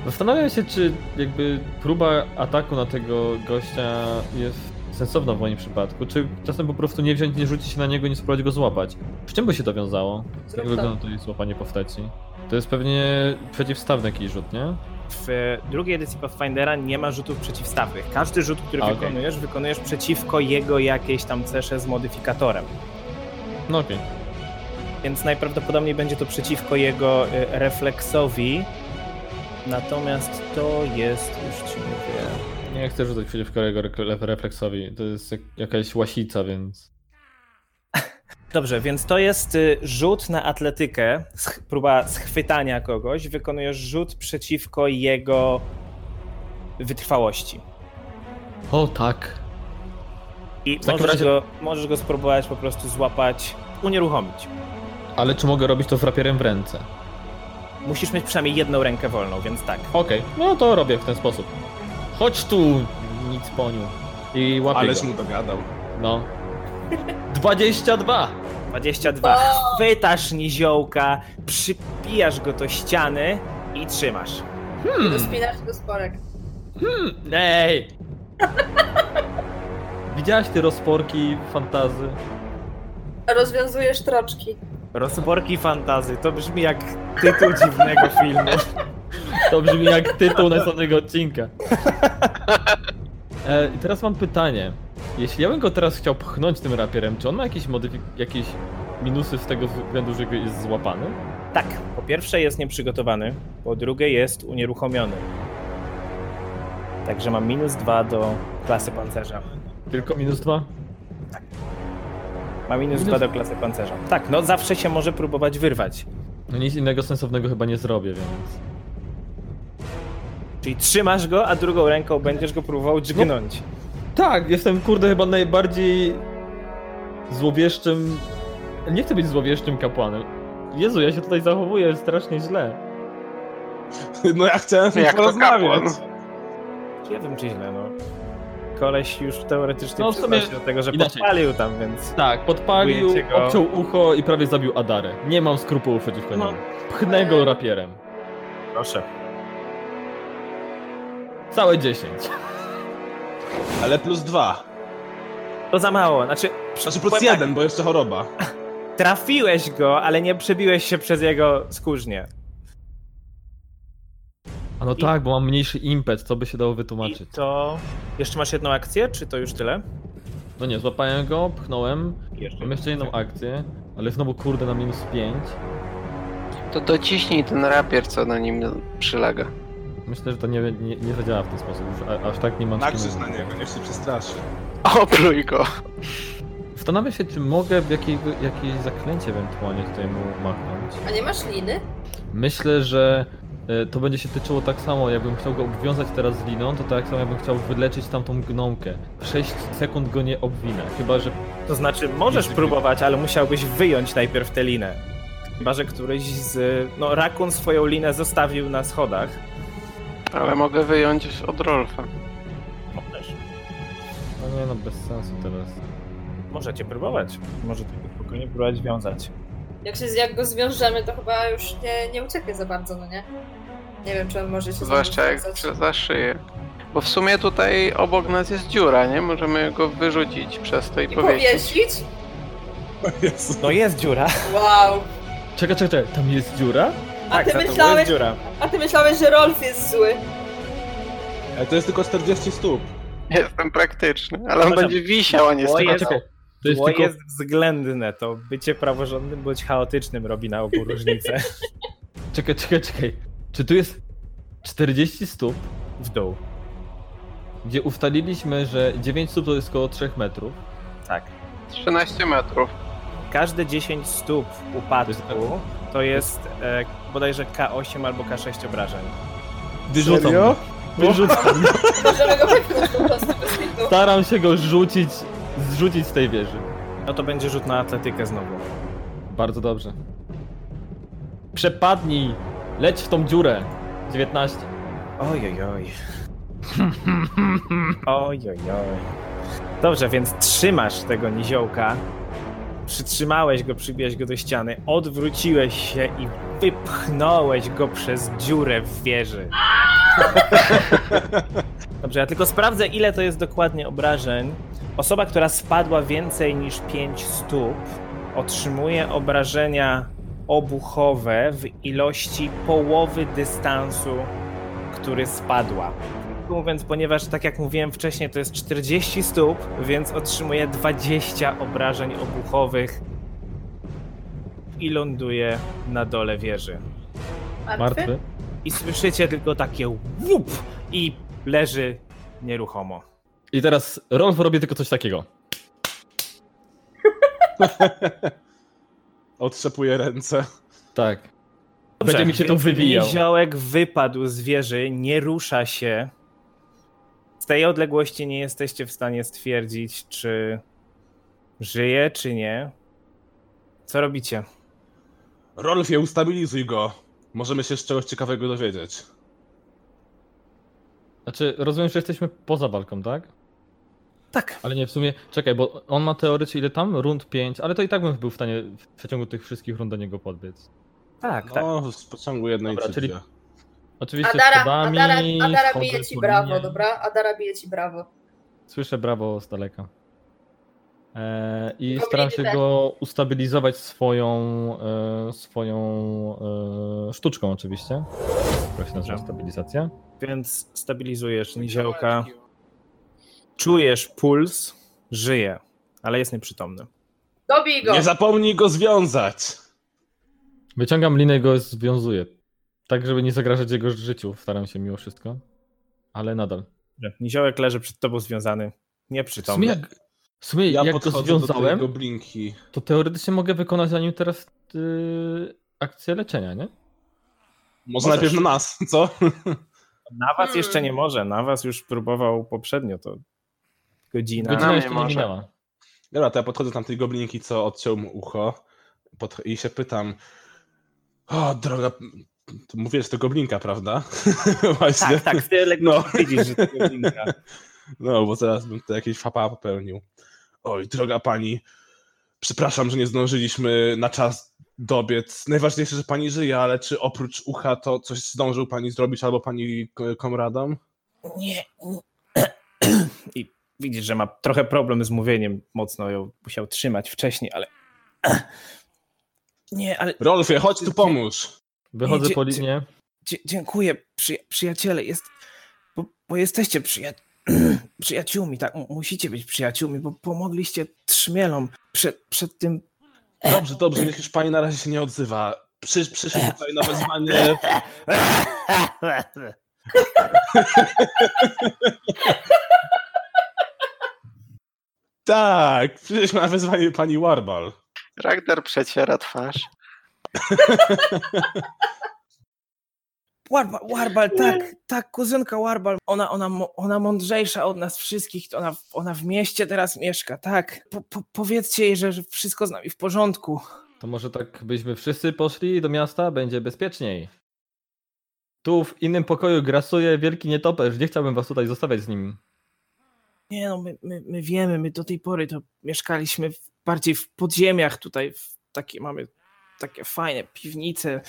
[SPEAKER 5] Zastanawiam się, czy jakby próba ataku na tego gościa jest sensowna w moim przypadku, czy czasem po prostu nie wziąć, nie rzucić się na niego, nie spróbować go złapać. Z czym by się to wiązało? Jak
[SPEAKER 3] Zrób to.
[SPEAKER 5] wygląda tutaj złapanie postaci? To jest pewnie przeciwstawny jakiś rzut, nie?
[SPEAKER 2] W e, drugiej edycji Pathfindera nie ma rzutów przeciwstawnych. Każdy rzut, który
[SPEAKER 5] A, okej.
[SPEAKER 2] wykonujesz, wykonujesz przeciwko jego jakiejś tam cesze z modyfikatorem.
[SPEAKER 5] No okej.
[SPEAKER 2] Więc najprawdopodobniej będzie to przeciwko jego e, refleksowi. Natomiast to jest, już ci mówię,
[SPEAKER 5] Nie chcę rzucać przeciwko jego re- refleksowi. To jest jak, jakaś łasica, więc.
[SPEAKER 2] Dobrze, więc to jest y, rzut na atletykę, sch- próba schwytania kogoś. Wykonujesz rzut przeciwko jego wytrwałości.
[SPEAKER 5] O tak.
[SPEAKER 2] I
[SPEAKER 5] takim
[SPEAKER 2] możesz,
[SPEAKER 5] razie-
[SPEAKER 2] go, możesz go spróbować po prostu złapać, unieruchomić.
[SPEAKER 5] Ale czy mogę robić to z rapierem w ręce?
[SPEAKER 2] Musisz mieć przynajmniej jedną rękę wolną, więc tak.
[SPEAKER 5] Okej, no to robię w ten sposób. Chodź tu, nic poniu. I łapię
[SPEAKER 1] Ależ
[SPEAKER 5] go.
[SPEAKER 1] mu dogadał.
[SPEAKER 5] No. 22!
[SPEAKER 2] 22. Chwytasz niziołka, przypijasz go do ściany i trzymasz.
[SPEAKER 3] Hmm. Spinasz do sporek.
[SPEAKER 5] Ej! Widziałaś te rozporki fantazy?
[SPEAKER 3] Rozwiązujesz troczki.
[SPEAKER 2] Rozborki fantazy, to brzmi jak tytuł dziwnego filmu.
[SPEAKER 5] To brzmi jak tytuł następnego odcinka. E, i teraz mam pytanie. Jeśli ja bym go teraz chciał pchnąć tym rapierem, czy on ma jakieś, modyfik- jakieś minusy z tego względu, że jest złapany?
[SPEAKER 2] Tak, po pierwsze jest nieprzygotowany, po drugie jest unieruchomiony. Także mam minus dwa do klasy pancerza.
[SPEAKER 5] Tylko minus dwa?
[SPEAKER 2] Ma minus
[SPEAKER 5] Minus-
[SPEAKER 2] dwa do klasy pancerza. Tak, no zawsze się może próbować wyrwać.
[SPEAKER 5] No nic innego sensownego chyba nie zrobię, więc...
[SPEAKER 2] Czyli trzymasz go, a drugą ręką będziesz go próbował dźgnąć.
[SPEAKER 5] Tak, jestem kurde chyba najbardziej złowieszczym... Nie chcę być złowieszczym kapłanem. Jezu, ja się tutaj zachowuję strasznie źle.
[SPEAKER 1] No ja chciałem z nim
[SPEAKER 4] Jak to
[SPEAKER 1] porozmawiać.
[SPEAKER 4] kapłan.
[SPEAKER 2] Ja wiem, czy źle, no. Koleś już teoretycznie
[SPEAKER 5] No,
[SPEAKER 2] no,
[SPEAKER 5] w sumie
[SPEAKER 2] się do tego, że
[SPEAKER 5] inaczej.
[SPEAKER 2] podpalił tam, więc...
[SPEAKER 5] Tak, podpalił,
[SPEAKER 2] Dziękuję ci go.
[SPEAKER 5] obciął ucho i prawie zabił Adarę. Nie mam skrupułów przeciwko
[SPEAKER 2] No.
[SPEAKER 5] niemu. Pchnę go rapierem.
[SPEAKER 2] Proszę.
[SPEAKER 5] Całe 10.
[SPEAKER 1] Ale plus dwa.
[SPEAKER 2] To za mało, znaczy...
[SPEAKER 1] Znaczy
[SPEAKER 2] powiem
[SPEAKER 1] plus
[SPEAKER 2] tak,
[SPEAKER 1] jeden, bo jeszcze choroba.
[SPEAKER 2] Trafiłeś go, ale nie przebiłeś się przez jego skórznię.
[SPEAKER 5] A no
[SPEAKER 2] I-
[SPEAKER 5] tak, bo mam mniejszy impet, to by się dało
[SPEAKER 2] I
[SPEAKER 5] wytłumaczyć.
[SPEAKER 2] to... Jeszcze masz jedną akcję, czy to już tyle?
[SPEAKER 5] No nie, złapałem go, pchnąłem,
[SPEAKER 2] Jeszcze.
[SPEAKER 5] mam jeszcze jedną akcję, ale znowu kurde na minus 5.
[SPEAKER 4] To dociśnij ten rapier, co na nim przylega.
[SPEAKER 5] Myślę, że to nie, nie, nie zadziała w ten sposób, już a, aż tak nie mam
[SPEAKER 1] Nakrzyż na
[SPEAKER 5] skillu.
[SPEAKER 1] niego, niech się przestraszy.
[SPEAKER 4] Opluj go.
[SPEAKER 5] Zastanawiam się, czy mogę w jakiej, jakieś zaklęcie ewentualnie tutaj mu machnąć.
[SPEAKER 3] A nie masz liny?
[SPEAKER 5] Myślę, że e, to będzie się tyczyło tak samo, jakbym chciał go obwiązać teraz liną, to tak samo jakbym chciał wyleczyć tamtą gnomkę. 6 sekund go nie obwinę, chyba że
[SPEAKER 2] To znaczy, możesz
[SPEAKER 5] Jeszcze
[SPEAKER 2] próbować, ale musiałbyś wyjąć najpierw tę linę. Chyba, że któryś z... No, Rakun swoją linę zostawił na schodach.
[SPEAKER 4] Ale mogę wyjąć od Rolfa.
[SPEAKER 2] Możesz.
[SPEAKER 5] No nie no, bez sensu teraz.
[SPEAKER 2] Możecie próbować. Może tylko spokojnie próbować wiązać.
[SPEAKER 3] Jak, się, jak go zwiążemy, to chyba już nie, nie ucieknie za bardzo, no nie? Nie wiem, czy on może się z
[SPEAKER 4] Zwłaszcza
[SPEAKER 3] nim
[SPEAKER 4] jak
[SPEAKER 3] związać.
[SPEAKER 4] za szyję. Bo w sumie tutaj obok nas jest dziura, nie? Możemy go wyrzucić przez to i
[SPEAKER 3] I
[SPEAKER 4] powiesić.
[SPEAKER 3] powiesić?
[SPEAKER 1] Jezu.
[SPEAKER 2] No jest dziura.
[SPEAKER 3] Wow.
[SPEAKER 5] Czekaj, czekaj, czekaj, tam jest dziura?
[SPEAKER 3] A
[SPEAKER 2] tak,
[SPEAKER 3] ty,
[SPEAKER 2] za tobą
[SPEAKER 3] myślałeś,
[SPEAKER 2] jest dziura.
[SPEAKER 3] a ty myślałeś, że Rolf jest zły.
[SPEAKER 1] Ale E, to jest tylko 40 stóp.
[SPEAKER 4] Jestem praktyczny, ale on
[SPEAKER 2] Przepraszam.
[SPEAKER 4] będzie wisiał, a nie
[SPEAKER 2] Bo
[SPEAKER 4] spadał.
[SPEAKER 2] jest-
[SPEAKER 5] Czekaj, to jest
[SPEAKER 2] Zło
[SPEAKER 5] tylko...
[SPEAKER 2] jest względne, to bycie praworządnym bądź chaotycznym robi na obu różnicę
[SPEAKER 5] Czekaj, czekaj, czekaj. Czy tu jest 40 stóp,
[SPEAKER 2] w dół.
[SPEAKER 5] gdzie ustaliliśmy, że 9 stóp to jest około 3 metrów?
[SPEAKER 2] Tak.
[SPEAKER 4] 13 metrów.
[SPEAKER 2] Każde 10 stóp upadku to jest e, bodajże K8 albo K6 obrażeń.
[SPEAKER 5] Wyrzucam
[SPEAKER 2] Serio?
[SPEAKER 5] go. Wyrzucam.
[SPEAKER 3] Możemy go wypchnąć po prostu bez litu.
[SPEAKER 5] Staram się go rzucić, zrzucić z tej wieży.
[SPEAKER 2] No to będzie rzut na atletykę znowu.
[SPEAKER 5] Bardzo dobrze. Przepadnij! Leć w tą dziurę! 19.
[SPEAKER 2] Ojojoj. Ojojoj. Dobrze, więc trzymasz tego niziołka. Przytrzymałeś go, przybiłeś go do ściany, odwróciłeś się i wypchnąłeś go przez dziurę w wieży. Dobrze, ja tylko sprawdzę, ile to jest dokładnie obrażeń. Osoba, która spadła więcej niż 5 stóp, otrzymuje obrażenia obuchowe w ilości połowy dystansu który spadła. Mówiąc, ponieważ tak jak mówiłem wcześniej, to jest 40 stóp, więc otrzymuje 20 obrażeń obuchowych i ląduje na dole wieży.
[SPEAKER 5] Martwy?
[SPEAKER 2] I słyszycie tylko takie łup i leży nieruchomo.
[SPEAKER 5] I teraz Rolf robi tylko coś takiego.
[SPEAKER 1] Otrzepuję ręce.
[SPEAKER 5] Tak. Będzie mi się to
[SPEAKER 2] więc
[SPEAKER 5] wybijał.
[SPEAKER 2] Niziołek wypadł z wieży, nie rusza się. Z tej odległości nie jesteście w stanie stwierdzić, czy żyje, czy nie. Co robicie?
[SPEAKER 1] Rolfie, ustabilizuj go. Możemy się z czegoś ciekawego dowiedzieć.
[SPEAKER 5] Znaczy, rozumiem, że jesteśmy poza walką, tak?
[SPEAKER 2] Tak.
[SPEAKER 5] Ale nie, w sumie, czekaj, bo on ma teoretycznie ile tam? Rund 5, ale to i tak bym był w stanie w przeciągu tych wszystkich rund do niego podbiec.
[SPEAKER 2] Tak, tak.
[SPEAKER 1] No, w pociągu jednej
[SPEAKER 5] Dobra,
[SPEAKER 1] Dobra,
[SPEAKER 5] czyli-
[SPEAKER 1] czyli...
[SPEAKER 5] Oczywiście
[SPEAKER 3] Adara,
[SPEAKER 5] schodami,
[SPEAKER 3] Adara, Adara
[SPEAKER 5] wchodzę
[SPEAKER 3] bije ci
[SPEAKER 5] po
[SPEAKER 3] brawo,
[SPEAKER 5] linie.
[SPEAKER 3] dobra? Adara bije ci brawo.
[SPEAKER 5] Słyszę brawo z daleka. E, I
[SPEAKER 3] Tylko
[SPEAKER 5] staram się
[SPEAKER 3] mniej
[SPEAKER 5] go ustabilizować swoją, e, swoją e, sztuczką oczywiście. Proszę się nazywa
[SPEAKER 2] Dobra.
[SPEAKER 5] stabilizacja.
[SPEAKER 2] Więc stabilizujesz niziołka. Czujesz puls, żyje, ale jest nieprzytomny.
[SPEAKER 3] Dobij go!
[SPEAKER 1] Nie zapomnij go związać!
[SPEAKER 5] Wyciągam linę i go związuję. Tak, żeby nie zagrażać jego życiu. Staram się mimo wszystko. Ale nadal.
[SPEAKER 2] Dobrze, Niziołek leży przed tobą związany,
[SPEAKER 5] W sumie
[SPEAKER 2] nieprzytomny.
[SPEAKER 5] jak, w sumie
[SPEAKER 1] Ja
[SPEAKER 5] jak go
[SPEAKER 1] podchodzę
[SPEAKER 5] związałem,
[SPEAKER 1] do tego blinki.
[SPEAKER 5] to teoretycznie mogę wykonać na nim teraz yy, akcję leczenia, nie?
[SPEAKER 1] Może najpierw na nas, co?
[SPEAKER 2] Na was jeszcze nie może, na was już próbował poprzednio, to godzina.
[SPEAKER 4] Na
[SPEAKER 5] Godzina
[SPEAKER 4] mnie
[SPEAKER 5] jeszcze nie
[SPEAKER 4] może.
[SPEAKER 5] minęła.
[SPEAKER 1] Dobra, to ja podchodzę do tamtej goblinki, co odciął mu ucho pod... i się pytam O, droga... To mówię, że to goblinka, prawda? Właśnie.
[SPEAKER 2] Tak, tak, ty
[SPEAKER 1] No.
[SPEAKER 2] widzisz, że to godzinka.
[SPEAKER 1] No, bo zaraz bym to jakieś fapa popełnił. Oj, droga pani, przepraszam, że nie zdążyliśmy na czas dobiec. Najważniejsze, że pani żyje, ale czy oprócz ucha to coś zdążył pani zrobić albo pani k- komradom?
[SPEAKER 2] Nie. I widzisz, że ma trochę problem z mówieniem. Mocno ją musiał trzymać wcześniej, ale. Nie, ale.
[SPEAKER 1] Rolfie, chodź tu pomóż!
[SPEAKER 5] Wychodzę
[SPEAKER 2] Idzie-
[SPEAKER 5] po linie.
[SPEAKER 2] Dzie- dziękuję, przyja- przyjaciele. Jest. Bo, bo jesteście przyja- przyjaciółmi, tak? M- Musicie być przyjaciółmi, bo pomogliście trzmielom przed, przed tym.
[SPEAKER 1] Dobrze, dobrze, niech już pani na razie się nie odzywa. Przy, przyszedł tutaj na wezwanie. Tak, przyszedł na wezwanie pani Warbal.
[SPEAKER 4] Ragdar przeciera twarz.
[SPEAKER 2] Warbal, Warbal, tak, tak, kuzynka Warbal. Ona, ona, mo- ona mądrzejsza od nas wszystkich. to Ona, w- ona w mieście teraz mieszka, tak. Po, po, powiedzcie jej, że, że wszystko z nami w porządku.
[SPEAKER 5] To może tak byśmy wszyscy poszli do miasta, będzie bezpieczniej. Tu w innym pokoju grasuje wielki nietoperz. Nie chciałbym was tutaj zostawiać z nim.
[SPEAKER 2] Nie no, my, my, my wiemy, my do tej pory to mieszkaliśmy w, bardziej w podziemiach tutaj, w takie mamy takie fajne piwnice,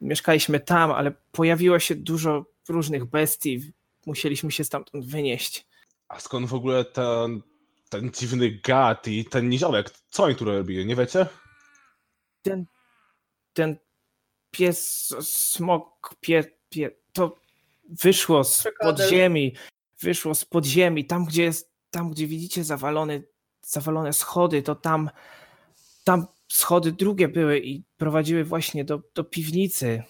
[SPEAKER 2] mieszkaliśmy tam, ale pojawiło się dużo różnych bestii, musieliśmy się stamtąd wynieść.
[SPEAKER 1] A skąd w ogóle ten, ten dziwny gat i ten niziołek? Co oni tu robili, nie wiecie?
[SPEAKER 2] Ten, ten pies, smok, pie, pie, to wyszło z
[SPEAKER 3] Krokodyl.
[SPEAKER 2] podziemi, wyszło z podziemi, tam gdzie jest, tam gdzie widzicie zawalony, zawalone schody, to tam, tam schody drugie były i prowadziły właśnie do, do piwnicy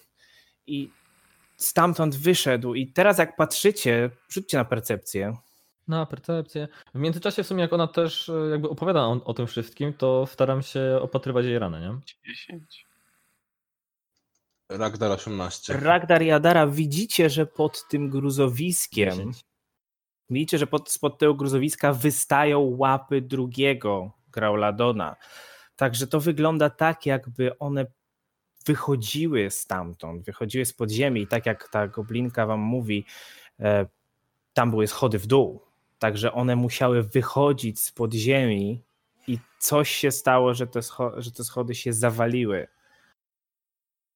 [SPEAKER 2] i stamtąd wyszedł i teraz jak patrzycie, rzućcie na percepcję.
[SPEAKER 5] Na percepcję. W międzyczasie w sumie jak ona też e, jakby opowiada on, o tym wszystkim, to staram się opatrywać jej ranę, nie?
[SPEAKER 4] 10.
[SPEAKER 1] Ragdar 18.
[SPEAKER 2] Ragdar i Adara widzicie, że pod tym gruzowiskiem Widzicie, że pod, spod tego gruzowiska wystają łapy drugiego Grauladona. Także to wygląda tak, jakby one wychodziły stamtąd, wychodziły z podziemi i tak jak ta goblinka wam mówi, e, tam były schody w dół. Także one musiały wychodzić z podziemi i coś się stało, że te, scho- że te schody się zawaliły.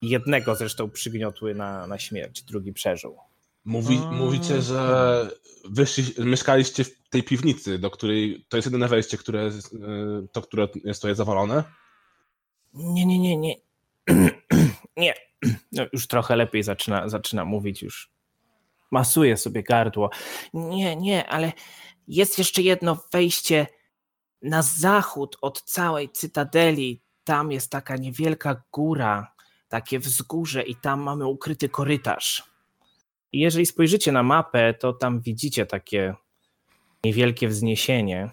[SPEAKER 2] Jednego zresztą przygniotły na, na śmierć, drugi przeżył.
[SPEAKER 1] Mówi,
[SPEAKER 5] A.
[SPEAKER 1] mówicie, że wyszli, mieszkaliście w tej piwnicy, do której to jest jedyne wejście, które, z- y, to, które jest tutaj zawalone.
[SPEAKER 2] Nie, nie, nie, nie. nie. No, już trochę lepiej zaczyna, zaczyna mówić, już masuje sobie gardło. Nie, nie, ale jest jeszcze jedno wejście na zachód od całej cytadeli. Tam jest taka niewielka góra, takie wzgórze, i tam mamy ukryty korytarz. I jeżeli spojrzycie na mapę, to tam widzicie takie niewielkie wzniesienie.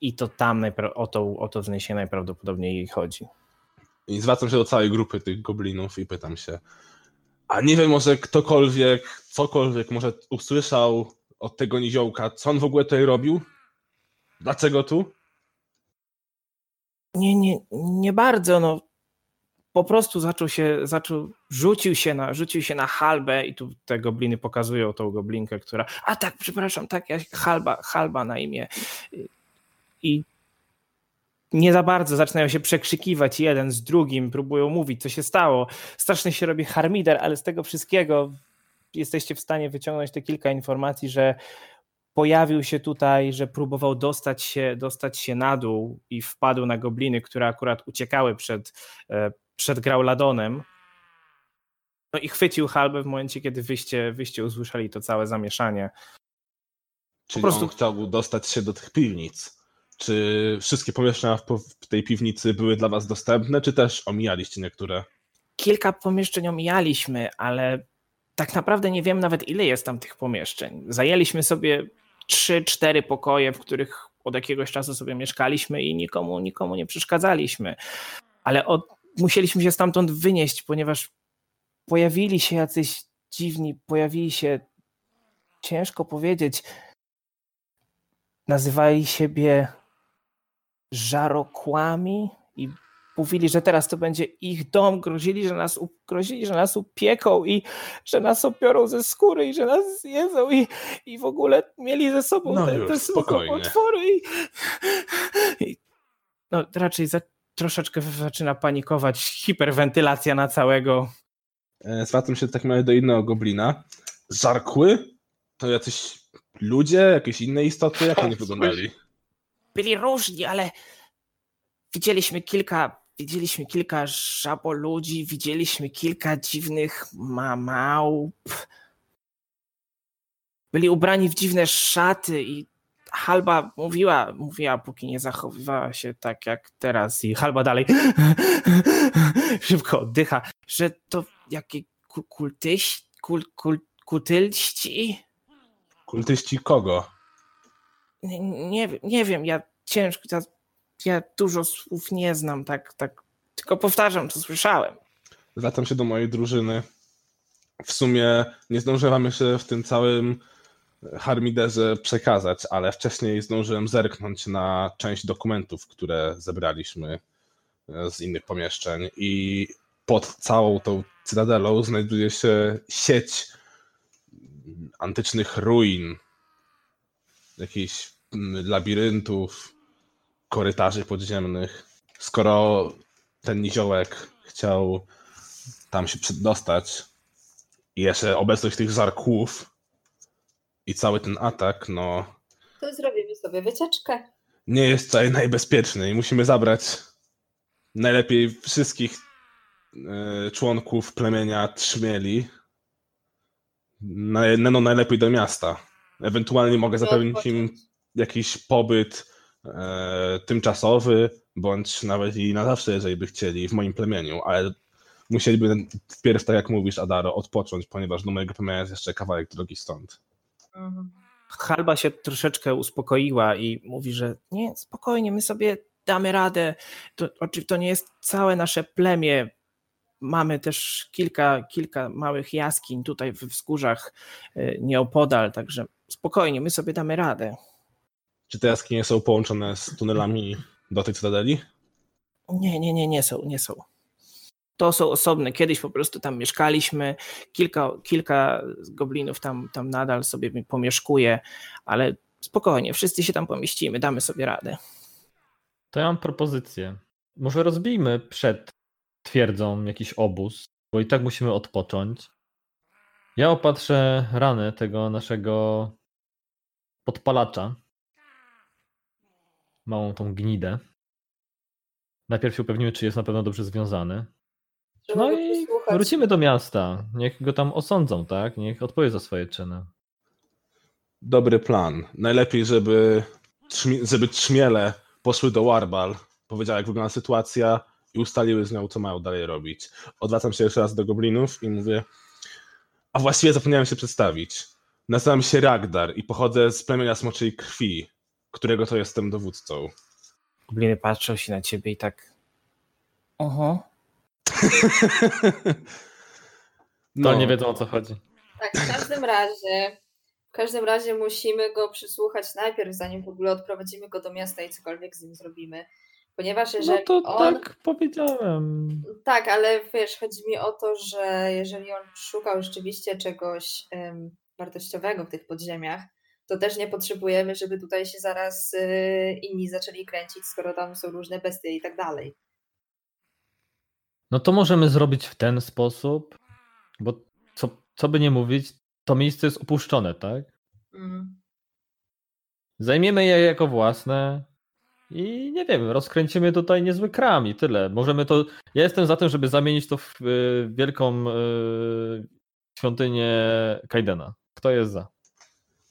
[SPEAKER 2] I to tam najpra- o to, o to wzniesienie najprawdopodobniej jej chodzi.
[SPEAKER 1] I zwracam się do całej grupy tych goblinów i pytam się, a nie wiem, może ktokolwiek, cokolwiek może usłyszał od tego niziołka, co on w ogóle tutaj robił? Dlaczego tu?
[SPEAKER 2] Nie, nie, nie bardzo, no. Po prostu zaczął się, zaczął, rzucił się na, rzucił się na halbę i tu te gobliny pokazują tą goblinkę, która, a tak, przepraszam, tak, ja, halba, halba na imię. I nie za bardzo zaczynają się przekrzykiwać jeden z drugim, próbują mówić, co się stało. Strasznie się robi harmider, ale z tego wszystkiego jesteście w stanie wyciągnąć te kilka informacji, że pojawił się tutaj, że próbował dostać się, dostać się na dół i wpadł na gobliny, które akurat uciekały przed, e, przed Grauladonem. No i chwycił halbę w momencie, kiedy wyście, wyście usłyszeli to całe zamieszanie.
[SPEAKER 1] Czy
[SPEAKER 2] prostu-
[SPEAKER 1] on chciał dostać się do tych piwnic? Czy wszystkie pomieszczenia w po- w tej piwnicy były dla was dostępne, czy też omijaliście niektóre?
[SPEAKER 2] kilka pomieszczeń omijaliśmy, ale tak naprawdę nie wiem nawet ile jest tam tych pomieszczeń. Zajęliśmy sobie 3-4 pokoje, w których od jakiegoś czasu sobie mieszkaliśmy i nikomu, nikomu nie przeszkadzaliśmy. Ale od, musieliśmy się stamtąd wynieść, ponieważ pojawili się jacyś dziwni, pojawili się, ciężko powiedzieć, nazywali siebie żarokłami i mówili, że teraz to będzie ich dom, grozili, że nas, u- grozili, że nas upieką i że nas opiorą ze skóry i że nas zjedzą i, i w ogóle mieli ze sobą
[SPEAKER 1] No
[SPEAKER 2] te,
[SPEAKER 1] już,
[SPEAKER 2] te
[SPEAKER 1] spokojnie.
[SPEAKER 2] otwory i, i no, raczej za, troszeczkę zaczyna panikować hiperwentylacja na całego
[SPEAKER 1] E, Zwracam się w takim razie do innego goblina. Żarkły? To jacyś ludzie, jakieś inne istoty? Jak oni wyglądali?
[SPEAKER 2] byli różni, ale widzieliśmy kilka, widzieliśmy kilka żaboludzi, widzieliśmy kilka dziwnych mamałp. Byli ubrani w dziwne szaty i Halba mówiła, mówiła, póki nie zachowywała się tak jak teraz i Halba dalej szybko oddycha, że to jakie ku- kultyś, kul, kul, kultyści?
[SPEAKER 1] Kultyści kogo?
[SPEAKER 2] Nie, nie, wiem- nie wiem, ja ciężko, ja, ja dużo słów nie znam, tak, tak. Tylko powtarzam, co słyszałem.
[SPEAKER 1] Zwracam się do mojej drużyny. W sumie nie zdążyłem wam jeszcze w tym całym harmiderze przekazać, ale wcześniej zdążyłem zerknąć na część dokumentów, które zebraliśmy e, z innych pomieszczeń i pod całą tą cytadelą znajduje się sieć mm, antycznych ruin, jakichś mm, labiryntów, korytarzy podziemnych. Skoro ten niziołek chciał tam się przedostać i jeszcze obecność tych żarków i cały ten atak, no
[SPEAKER 3] To zrobimy sobie wycieczkę.
[SPEAKER 1] nie jest tutaj najbezpieczny i musimy zabrać najlepiej wszystkich e, członków plemienia Trzmieli na, no, najlepiej do miasta. Ewentualnie mogę zapewnić im jakiś pobyt e, tymczasowy, bądź nawet i na zawsze, jeżeli by chcieli, w moim plemieniu, ale musieliby wpierw, tak jak mówisz, Adaro, odpocząć, ponieważ do mojego plemienia jest jeszcze kawałek drogi stąd.
[SPEAKER 3] Mhm.
[SPEAKER 2] Halba się troszeczkę uspokoiła i mówi, że nie, spokojnie, my sobie damy radę. To, oczy- to nie jest całe nasze plemię. Mamy też kilka, kilka małych jaskiń tutaj w wzgórzach y, nieopodal, także spokojnie, my sobie damy radę.
[SPEAKER 1] Czy te jaskinie są połączone z tunelami do tej cytadeli?
[SPEAKER 2] Nie, nie, nie, nie są, nie są. To są osobne. Kiedyś po prostu tam mieszkaliśmy. Kilka, kilka z goblinów tam, tam nadal sobie mi- pomieszkuje, ale spokojnie, wszyscy się tam pomieścimy, damy sobie radę.
[SPEAKER 5] To ja mam propozycję. Może rozbijmy przed twierdzą jakiś obóz, bo i tak musimy odpocząć. Ja opatrzę rany tego naszego podpalacza. Małą tą gnidę. Najpierw się upewnimy, czy jest na pewno dobrze związany.
[SPEAKER 3] Trzeba
[SPEAKER 5] No
[SPEAKER 3] go
[SPEAKER 5] i
[SPEAKER 3] przesłuchać.
[SPEAKER 5] wrócimy do miasta. Niech go tam osądzą, tak? Niech odpowie za swoje czyny.
[SPEAKER 1] dobry plan. Najlepiej, żeby, trzmi- żeby trzmiele poszły do Warbal, powiedziała jak wygląda sytuacja i ustaliły z nią, co mają dalej robić. Odwracam się jeszcze raz do goblinów i mówię, a właściwie zapomniałem się przedstawić. Nazywam się Ragdar i pochodzę z plemienia Smoczej Krwi. którego to jestem dowódcą.
[SPEAKER 2] Gobliny patrzą się na ciebie i tak. Oho.
[SPEAKER 5] To No,
[SPEAKER 1] No,
[SPEAKER 5] nie wiedzą o co chodzi.
[SPEAKER 3] Tak, w każdym razie, w każdym razie musimy go przysłuchać najpierw, zanim w ogóle odprowadzimy go do miasta i cokolwiek z nim zrobimy. Ponieważ
[SPEAKER 5] No
[SPEAKER 3] jeżeli
[SPEAKER 5] to
[SPEAKER 3] on.
[SPEAKER 5] tak powiedziałem.
[SPEAKER 3] Tak, ale wiesz, chodzi mi o to, że jeżeli on szukał rzeczywiście czegoś em, wartościowego w tych podziemiach, to też nie potrzebujemy, żeby tutaj się zaraz y, inni zaczęli kręcić, skoro tam są różne bestie i tak dalej.
[SPEAKER 5] No to możemy zrobić w ten sposób, bo co, co by nie mówić, to miejsce jest opuszczone, tak?
[SPEAKER 3] Mm.
[SPEAKER 5] Zajmiemy je jako własne i nie wiem, rozkręcimy tutaj niezły kram i tyle. Możemy to. Ja jestem za tym, żeby zamienić to w y, wielką y, świątynię Kaidena. Kto jest za?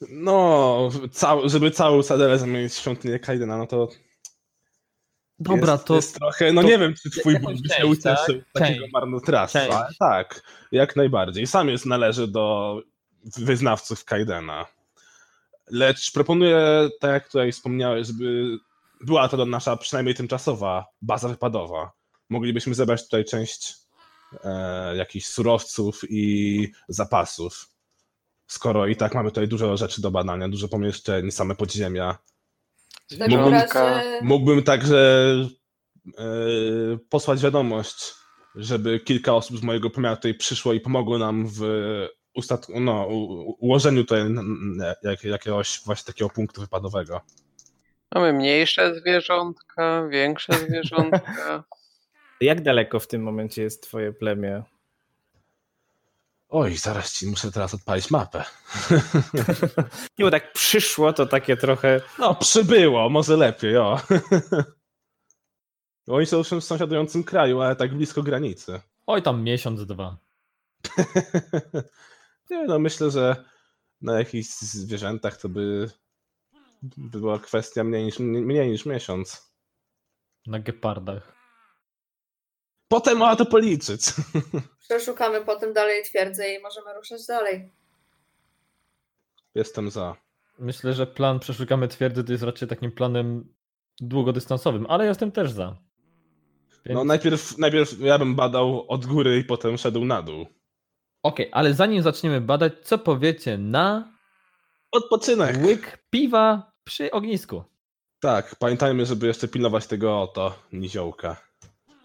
[SPEAKER 1] No, cał, żeby całą Sadelę zamienić w świątynię Kaidena, no to
[SPEAKER 5] Dobra,
[SPEAKER 1] jest,
[SPEAKER 5] to
[SPEAKER 1] jest trochę, no
[SPEAKER 5] to-
[SPEAKER 1] nie wiem, czy twój
[SPEAKER 5] jakąś
[SPEAKER 1] Bóg by się
[SPEAKER 5] część, tak?
[SPEAKER 1] ucieszył z takiego
[SPEAKER 5] Część. Część.
[SPEAKER 1] marnotrawstwa. ale Tak, jak najbardziej. Sam jest należy do wyznawców Kaidena. Lecz proponuję, tak jak tutaj wspomniałeś, żeby była to nasza przynajmniej tymczasowa baza wypadowa. Moglibyśmy zebrać tutaj część e, jakichś surowców i zapasów. Skoro i tak mamy tutaj dużo rzeczy do badania, dużo pomieszczeń, same podziemia.
[SPEAKER 3] W
[SPEAKER 4] Z
[SPEAKER 3] takim
[SPEAKER 4] zielonka.
[SPEAKER 3] razie.
[SPEAKER 1] Mógłbym także e, posłać wiadomość, żeby kilka osób z mojego pomiaru tutaj przyszło i pomogło nam w ustatku, no, u- u- ułożeniu tutaj n- n- jak, jakiegoś właśnie takiego punktu wypadowego.
[SPEAKER 4] Mamy mniejsze zwierzątka, większe zwierzątka.
[SPEAKER 2] Jak daleko w tym momencie jest twoje plemię?
[SPEAKER 1] Oj, zaraz ci muszę teraz odpalić mapę.
[SPEAKER 2] Nie, bo tak przyszło, to takie trochę.
[SPEAKER 1] No, przybyło, może lepiej, o. Oni są w sąsiadującym kraju, ale tak blisko granicy.
[SPEAKER 5] Oj, tam miesiąc, dwa.
[SPEAKER 1] Nie no, myślę, że na jakichś zwierzętach to by, by była kwestia mniej niż, mniej niż miesiąc.
[SPEAKER 5] Na gepardach.
[SPEAKER 1] Potem ma to policzyć.
[SPEAKER 3] Przeszukamy potem dalej twierdzę i możemy ruszać dalej.
[SPEAKER 1] Jestem za.
[SPEAKER 5] Myślę, że plan przeszukamy twierdzy to jest raczej takim planem długodystansowym, ale jestem też za. Więc...
[SPEAKER 1] No najpierw, najpierw ja bym badał od góry i potem szedł na dół.
[SPEAKER 5] Okej, ale zanim zaczniemy badać, co powiecie na
[SPEAKER 1] Odpoczynek.
[SPEAKER 5] łyk piwa przy ognisku?
[SPEAKER 1] Tak, pamiętajmy, żeby jeszcze pilnować tego oto niziołka.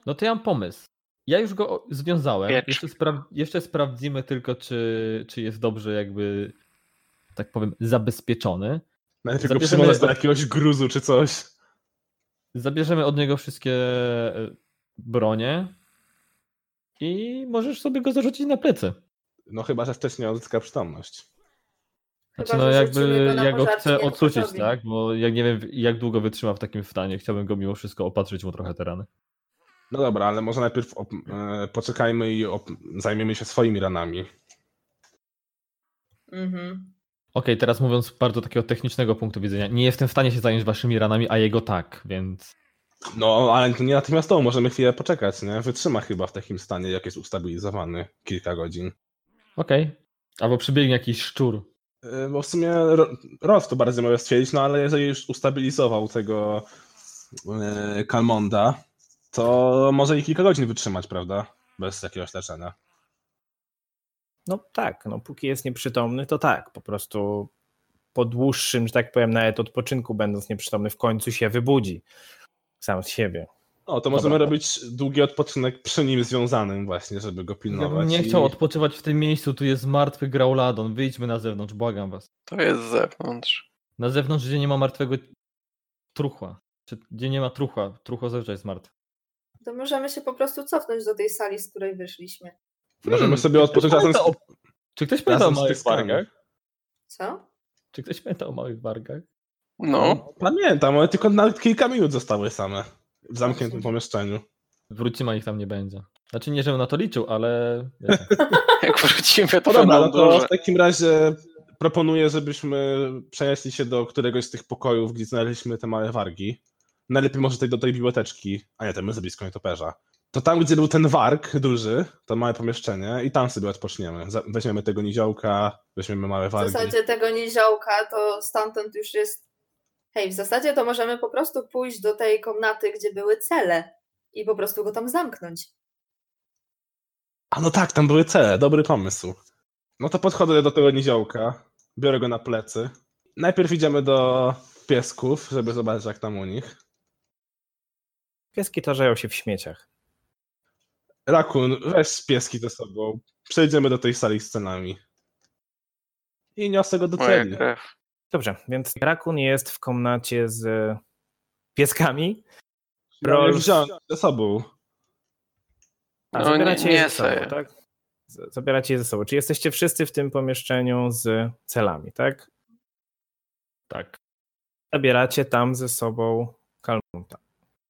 [SPEAKER 5] No to ja mam pomysł. Ja już go o- związałem.
[SPEAKER 4] Wieczór.
[SPEAKER 5] Jeszcze, spra- jeszcze sprawdzimy tylko, czy, czy jest dobrze jakby, tak powiem, zabezpieczony.
[SPEAKER 1] Najpierw go
[SPEAKER 5] Zabierzemy-
[SPEAKER 1] przymożesz do jakiegoś gruzu czy coś.
[SPEAKER 5] Zabierzemy od niego wszystkie e, bronie i możesz sobie go zarzucić na plecy.
[SPEAKER 1] No chyba, że wcześniej odzyska przytomność.
[SPEAKER 3] Chyba,
[SPEAKER 5] Znaczy, no
[SPEAKER 3] że
[SPEAKER 5] jakby
[SPEAKER 3] rzucimy go na
[SPEAKER 5] ja go
[SPEAKER 3] pożarcie,
[SPEAKER 5] chcę
[SPEAKER 3] jak
[SPEAKER 5] odsucić,
[SPEAKER 3] gotowi.
[SPEAKER 5] tak? Bo jak nie wiem, jak długo wytrzyma w takim stanie. Chciałbym go mimo wszystko opatrzyć mu trochę te rany.
[SPEAKER 1] No dobra, ale może najpierw op- e, poczekajmy i op- zajmiemy się swoimi ranami.
[SPEAKER 3] Mhm.
[SPEAKER 5] Okej, teraz mówiąc z bardzo takiego technicznego punktu widzenia, nie jestem w stanie się zająć waszymi ranami, a jego tak, więc
[SPEAKER 1] No, ale to nie natychmiastowo, możemy chwilę poczekać, nie? Wytrzyma chyba w takim stanie, jak jest ustabilizowany kilka godzin.
[SPEAKER 5] okej. Albo przybiegnie jakiś szczur.
[SPEAKER 1] E, Bo w sumie Ro- Rolf to bardziej może stwierdzić, no ale jeżeli już ustabilizował tego e, Kalmonda, to może i kilka godzin wytrzymać, prawda? Bez jakiegoś leczenia.
[SPEAKER 2] No tak, no póki jest nieprzytomny, to tak. Po prostu po dłuższym, że tak powiem, nawet odpoczynku, będąc nieprzytomny, w końcu się wybudzi sam z siebie.
[SPEAKER 1] No, to możemy robić długi odpoczynek przy nim związanym właśnie, żeby go
[SPEAKER 5] Ja
[SPEAKER 1] pilnować.
[SPEAKER 5] bym nie
[SPEAKER 1] i-
[SPEAKER 5] chciał odpoczywać w tym miejscu, tu jest martwy Grauladon, wyjdźmy na zewnątrz, błagam was.
[SPEAKER 4] To jest z zewnątrz.
[SPEAKER 5] Na zewnątrz, gdzie nie ma martwego truchła. Czy gdzie nie ma truchła, truchło zazwyczaj jest martwe.
[SPEAKER 3] To możemy się po prostu cofnąć do tej sali, z której wyszliśmy.
[SPEAKER 1] Możemy sobie odpocząć razem z,
[SPEAKER 5] Czy ktoś pamięta o
[SPEAKER 1] razem z
[SPEAKER 5] małych
[SPEAKER 1] pyskami.
[SPEAKER 5] wargach?
[SPEAKER 3] Co?
[SPEAKER 5] Czy ktoś pamięta o małych wargach?
[SPEAKER 1] Mhm.
[SPEAKER 4] No,
[SPEAKER 1] Pamiętam, ale tylko nawet kilka minut zostały same w zamkniętym pomieszczeniu.
[SPEAKER 5] Wrócimy, a ich tam nie będzie. Znaczy nie, żebym na to liczył, ale... tak, wiecie.
[SPEAKER 4] jak wrócimy, to
[SPEAKER 1] No dobra, no
[SPEAKER 4] będą
[SPEAKER 1] to
[SPEAKER 4] duże.
[SPEAKER 1] w takim razie proponuję, żebyśmy przenieśli się do któregoś z tych pokojów, gdzie znaleźliśmy te małe wargi. Najlepiej może tej, do tej biblioteczki, a nie, tam jest za blisko nietoperza. To tam, gdzie był ten warg duży, to małe pomieszczenie i tam sobie odpoczniemy. Za- Weźmiemy tego niziołka, weźmiemy małe
[SPEAKER 3] W
[SPEAKER 1] wargi.
[SPEAKER 3] zasadzie tego niziołka to stamtąd już jest Hej, w zasadzie to możemy po prostu pójść do tej komnaty, gdzie były cele i po prostu go tam zamknąć.
[SPEAKER 1] A no tak, tam były cele, dobry pomysł. No to podchodzę do tego niziołka, biorę go na plecy. Najpierw idziemy do piesków, żeby zobaczyć jak tam u nich.
[SPEAKER 2] Pieski tarzają się w śmieciach.
[SPEAKER 1] Rakun, weź pieski ze sobą. Przejdziemy do tej sali z cenami. I niosę go do
[SPEAKER 4] Moja
[SPEAKER 1] celi.
[SPEAKER 4] krew.
[SPEAKER 2] Dobrze, więc Rakun jest w komnacie z pieskami.
[SPEAKER 1] Ja
[SPEAKER 2] Rolf-
[SPEAKER 1] wziąłem ze sobą.
[SPEAKER 2] A
[SPEAKER 4] No,
[SPEAKER 2] zabieracie
[SPEAKER 4] nie-
[SPEAKER 2] je
[SPEAKER 4] nie
[SPEAKER 2] ze sobą,
[SPEAKER 4] sobie.
[SPEAKER 2] tak? Z- Zabieracie je ze sobą. Czy jesteście wszyscy w tym pomieszczeniu z celami, tak?
[SPEAKER 5] Tak, zabieracie
[SPEAKER 2] Zabieracie tam ze sobą kalmunta,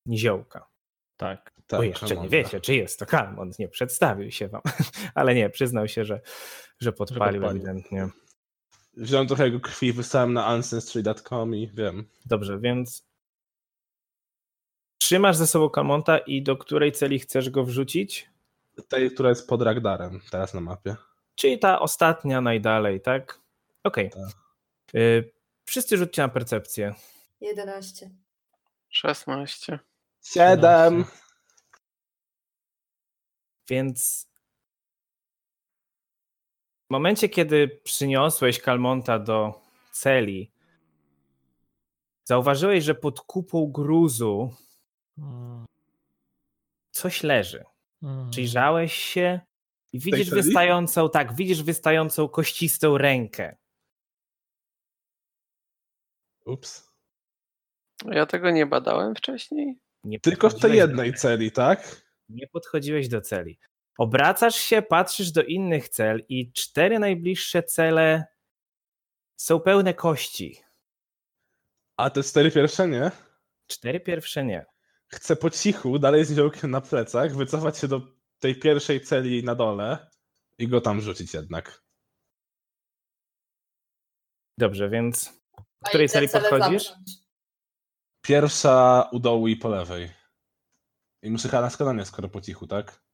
[SPEAKER 2] niziołka.
[SPEAKER 5] tak.
[SPEAKER 1] Tak,
[SPEAKER 2] Bo jeszcze nie
[SPEAKER 1] Ramonda.
[SPEAKER 2] wiecie, czy jest to kalmont. Nie przedstawił się wam, ale nie, przyznał się, że, że podpalił
[SPEAKER 1] podpalił.
[SPEAKER 2] ewidentnie.
[SPEAKER 1] Wziąłem trochę jego krwi, wysłałem na ancestry.com i wiem.
[SPEAKER 2] Dobrze, więc trzymasz ze sobą kalmonta i do której celi chcesz go wrzucić?
[SPEAKER 1] Tej, która jest pod Ragdarem teraz na mapie.
[SPEAKER 2] Czyli ta ostatnia najdalej, tak? Okej.
[SPEAKER 1] Tak.
[SPEAKER 2] Y, wszyscy rzućcie na percepcję.
[SPEAKER 3] 11.
[SPEAKER 4] 16.
[SPEAKER 1] Siedem!
[SPEAKER 2] Więc w momencie, kiedy przyniosłeś Kalmonta do celi, zauważyłeś, że pod kupą gruzu
[SPEAKER 5] Mm,
[SPEAKER 2] coś leży. Przyjrzałeś się i widzisz
[SPEAKER 1] celi?
[SPEAKER 2] wystającą, tak, widzisz wystającą kościstą rękę.
[SPEAKER 1] Ups.
[SPEAKER 4] Ja tego nie badałem wcześniej?
[SPEAKER 2] Nie
[SPEAKER 1] Tylko w tej
[SPEAKER 2] podchodziłeś do
[SPEAKER 1] jednej
[SPEAKER 2] celi.
[SPEAKER 1] celi, tak?
[SPEAKER 2] Nie podchodziłeś do celi. Obracasz się, patrzysz do innych cel i cztery najbliższe cele są pełne kości.
[SPEAKER 1] A te cztery pierwsze nie?
[SPEAKER 2] Cztery pierwsze nie.
[SPEAKER 1] Chcę po cichu, dalej z niziołkiem na plecach, wycofać się do tej pierwszej celi na dole i go tam rzucić jednak.
[SPEAKER 2] Dobrze, więc
[SPEAKER 3] A
[SPEAKER 2] której
[SPEAKER 3] i te
[SPEAKER 2] celi
[SPEAKER 3] cele
[SPEAKER 2] podchodzisz?
[SPEAKER 3] zamknąć.
[SPEAKER 1] Pierwsza u dołu i po lewej. I muszę chyba na skonanie, skoro po cichu, tak?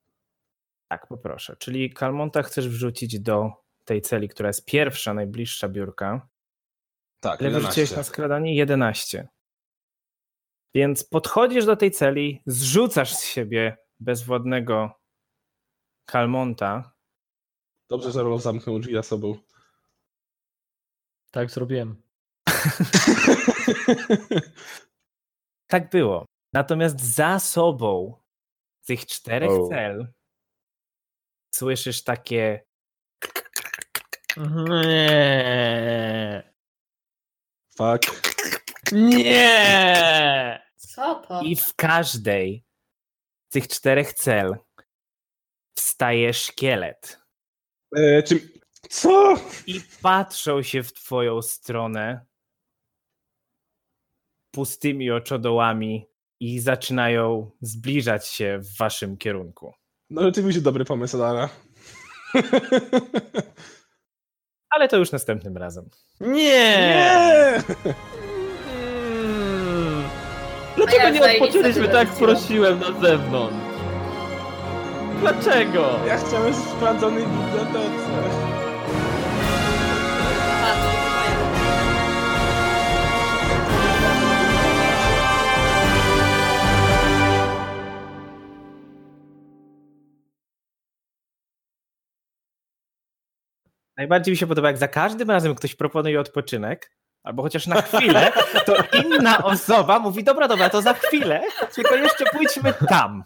[SPEAKER 2] tak, poproszę. Czyli Kalmonta chcesz wrzucić do tej celi, która jest pierwsza, najbliższa biurka.
[SPEAKER 1] Tak,
[SPEAKER 2] Ale wyrzuciłeś
[SPEAKER 1] 11.
[SPEAKER 2] na skradanie 11. Więc podchodzisz do tej celi, zrzucasz z siebie bezwładnego Kalmonta.
[SPEAKER 1] Dobrze, że Rolf zamknął drzwi za sobą.
[SPEAKER 5] Tak zrobiłem.
[SPEAKER 2] Tak było. Natomiast za sobą tych czterech
[SPEAKER 5] Oh.
[SPEAKER 2] cel słyszysz takie
[SPEAKER 5] Nie.
[SPEAKER 1] Fuck.
[SPEAKER 5] Nie.
[SPEAKER 3] Co to?
[SPEAKER 2] I w każdej z tych czterech cel wstaje szkielet.
[SPEAKER 1] E, czym... Co?
[SPEAKER 2] I patrzą się w twoją stronę pustymi oczodołami i zaczynają zbliżać się w waszym kierunku.
[SPEAKER 1] No rzeczywiście dobry pomysł, Lara.
[SPEAKER 2] Ale to już następnym razem.
[SPEAKER 5] Nie.
[SPEAKER 1] Nie!
[SPEAKER 5] Mm.
[SPEAKER 3] A
[SPEAKER 5] Dlaczego
[SPEAKER 3] ja
[SPEAKER 5] nie
[SPEAKER 3] zajebista
[SPEAKER 5] odpoczęliśmy
[SPEAKER 3] tyle
[SPEAKER 5] tak
[SPEAKER 3] wróciłam.
[SPEAKER 5] prosiłem na zewnątrz? Dlaczego?
[SPEAKER 1] Ja chciałem w sprawdzonej bibliotece.
[SPEAKER 3] A, to jest moje.
[SPEAKER 2] Najbardziej mi się podoba, jak za każdym razem ktoś proponuje odpoczynek, albo chociaż na chwilę, to inna osoba mówi, dobra, dobra, to za chwilę, tylko jeszcze pójdźmy tam.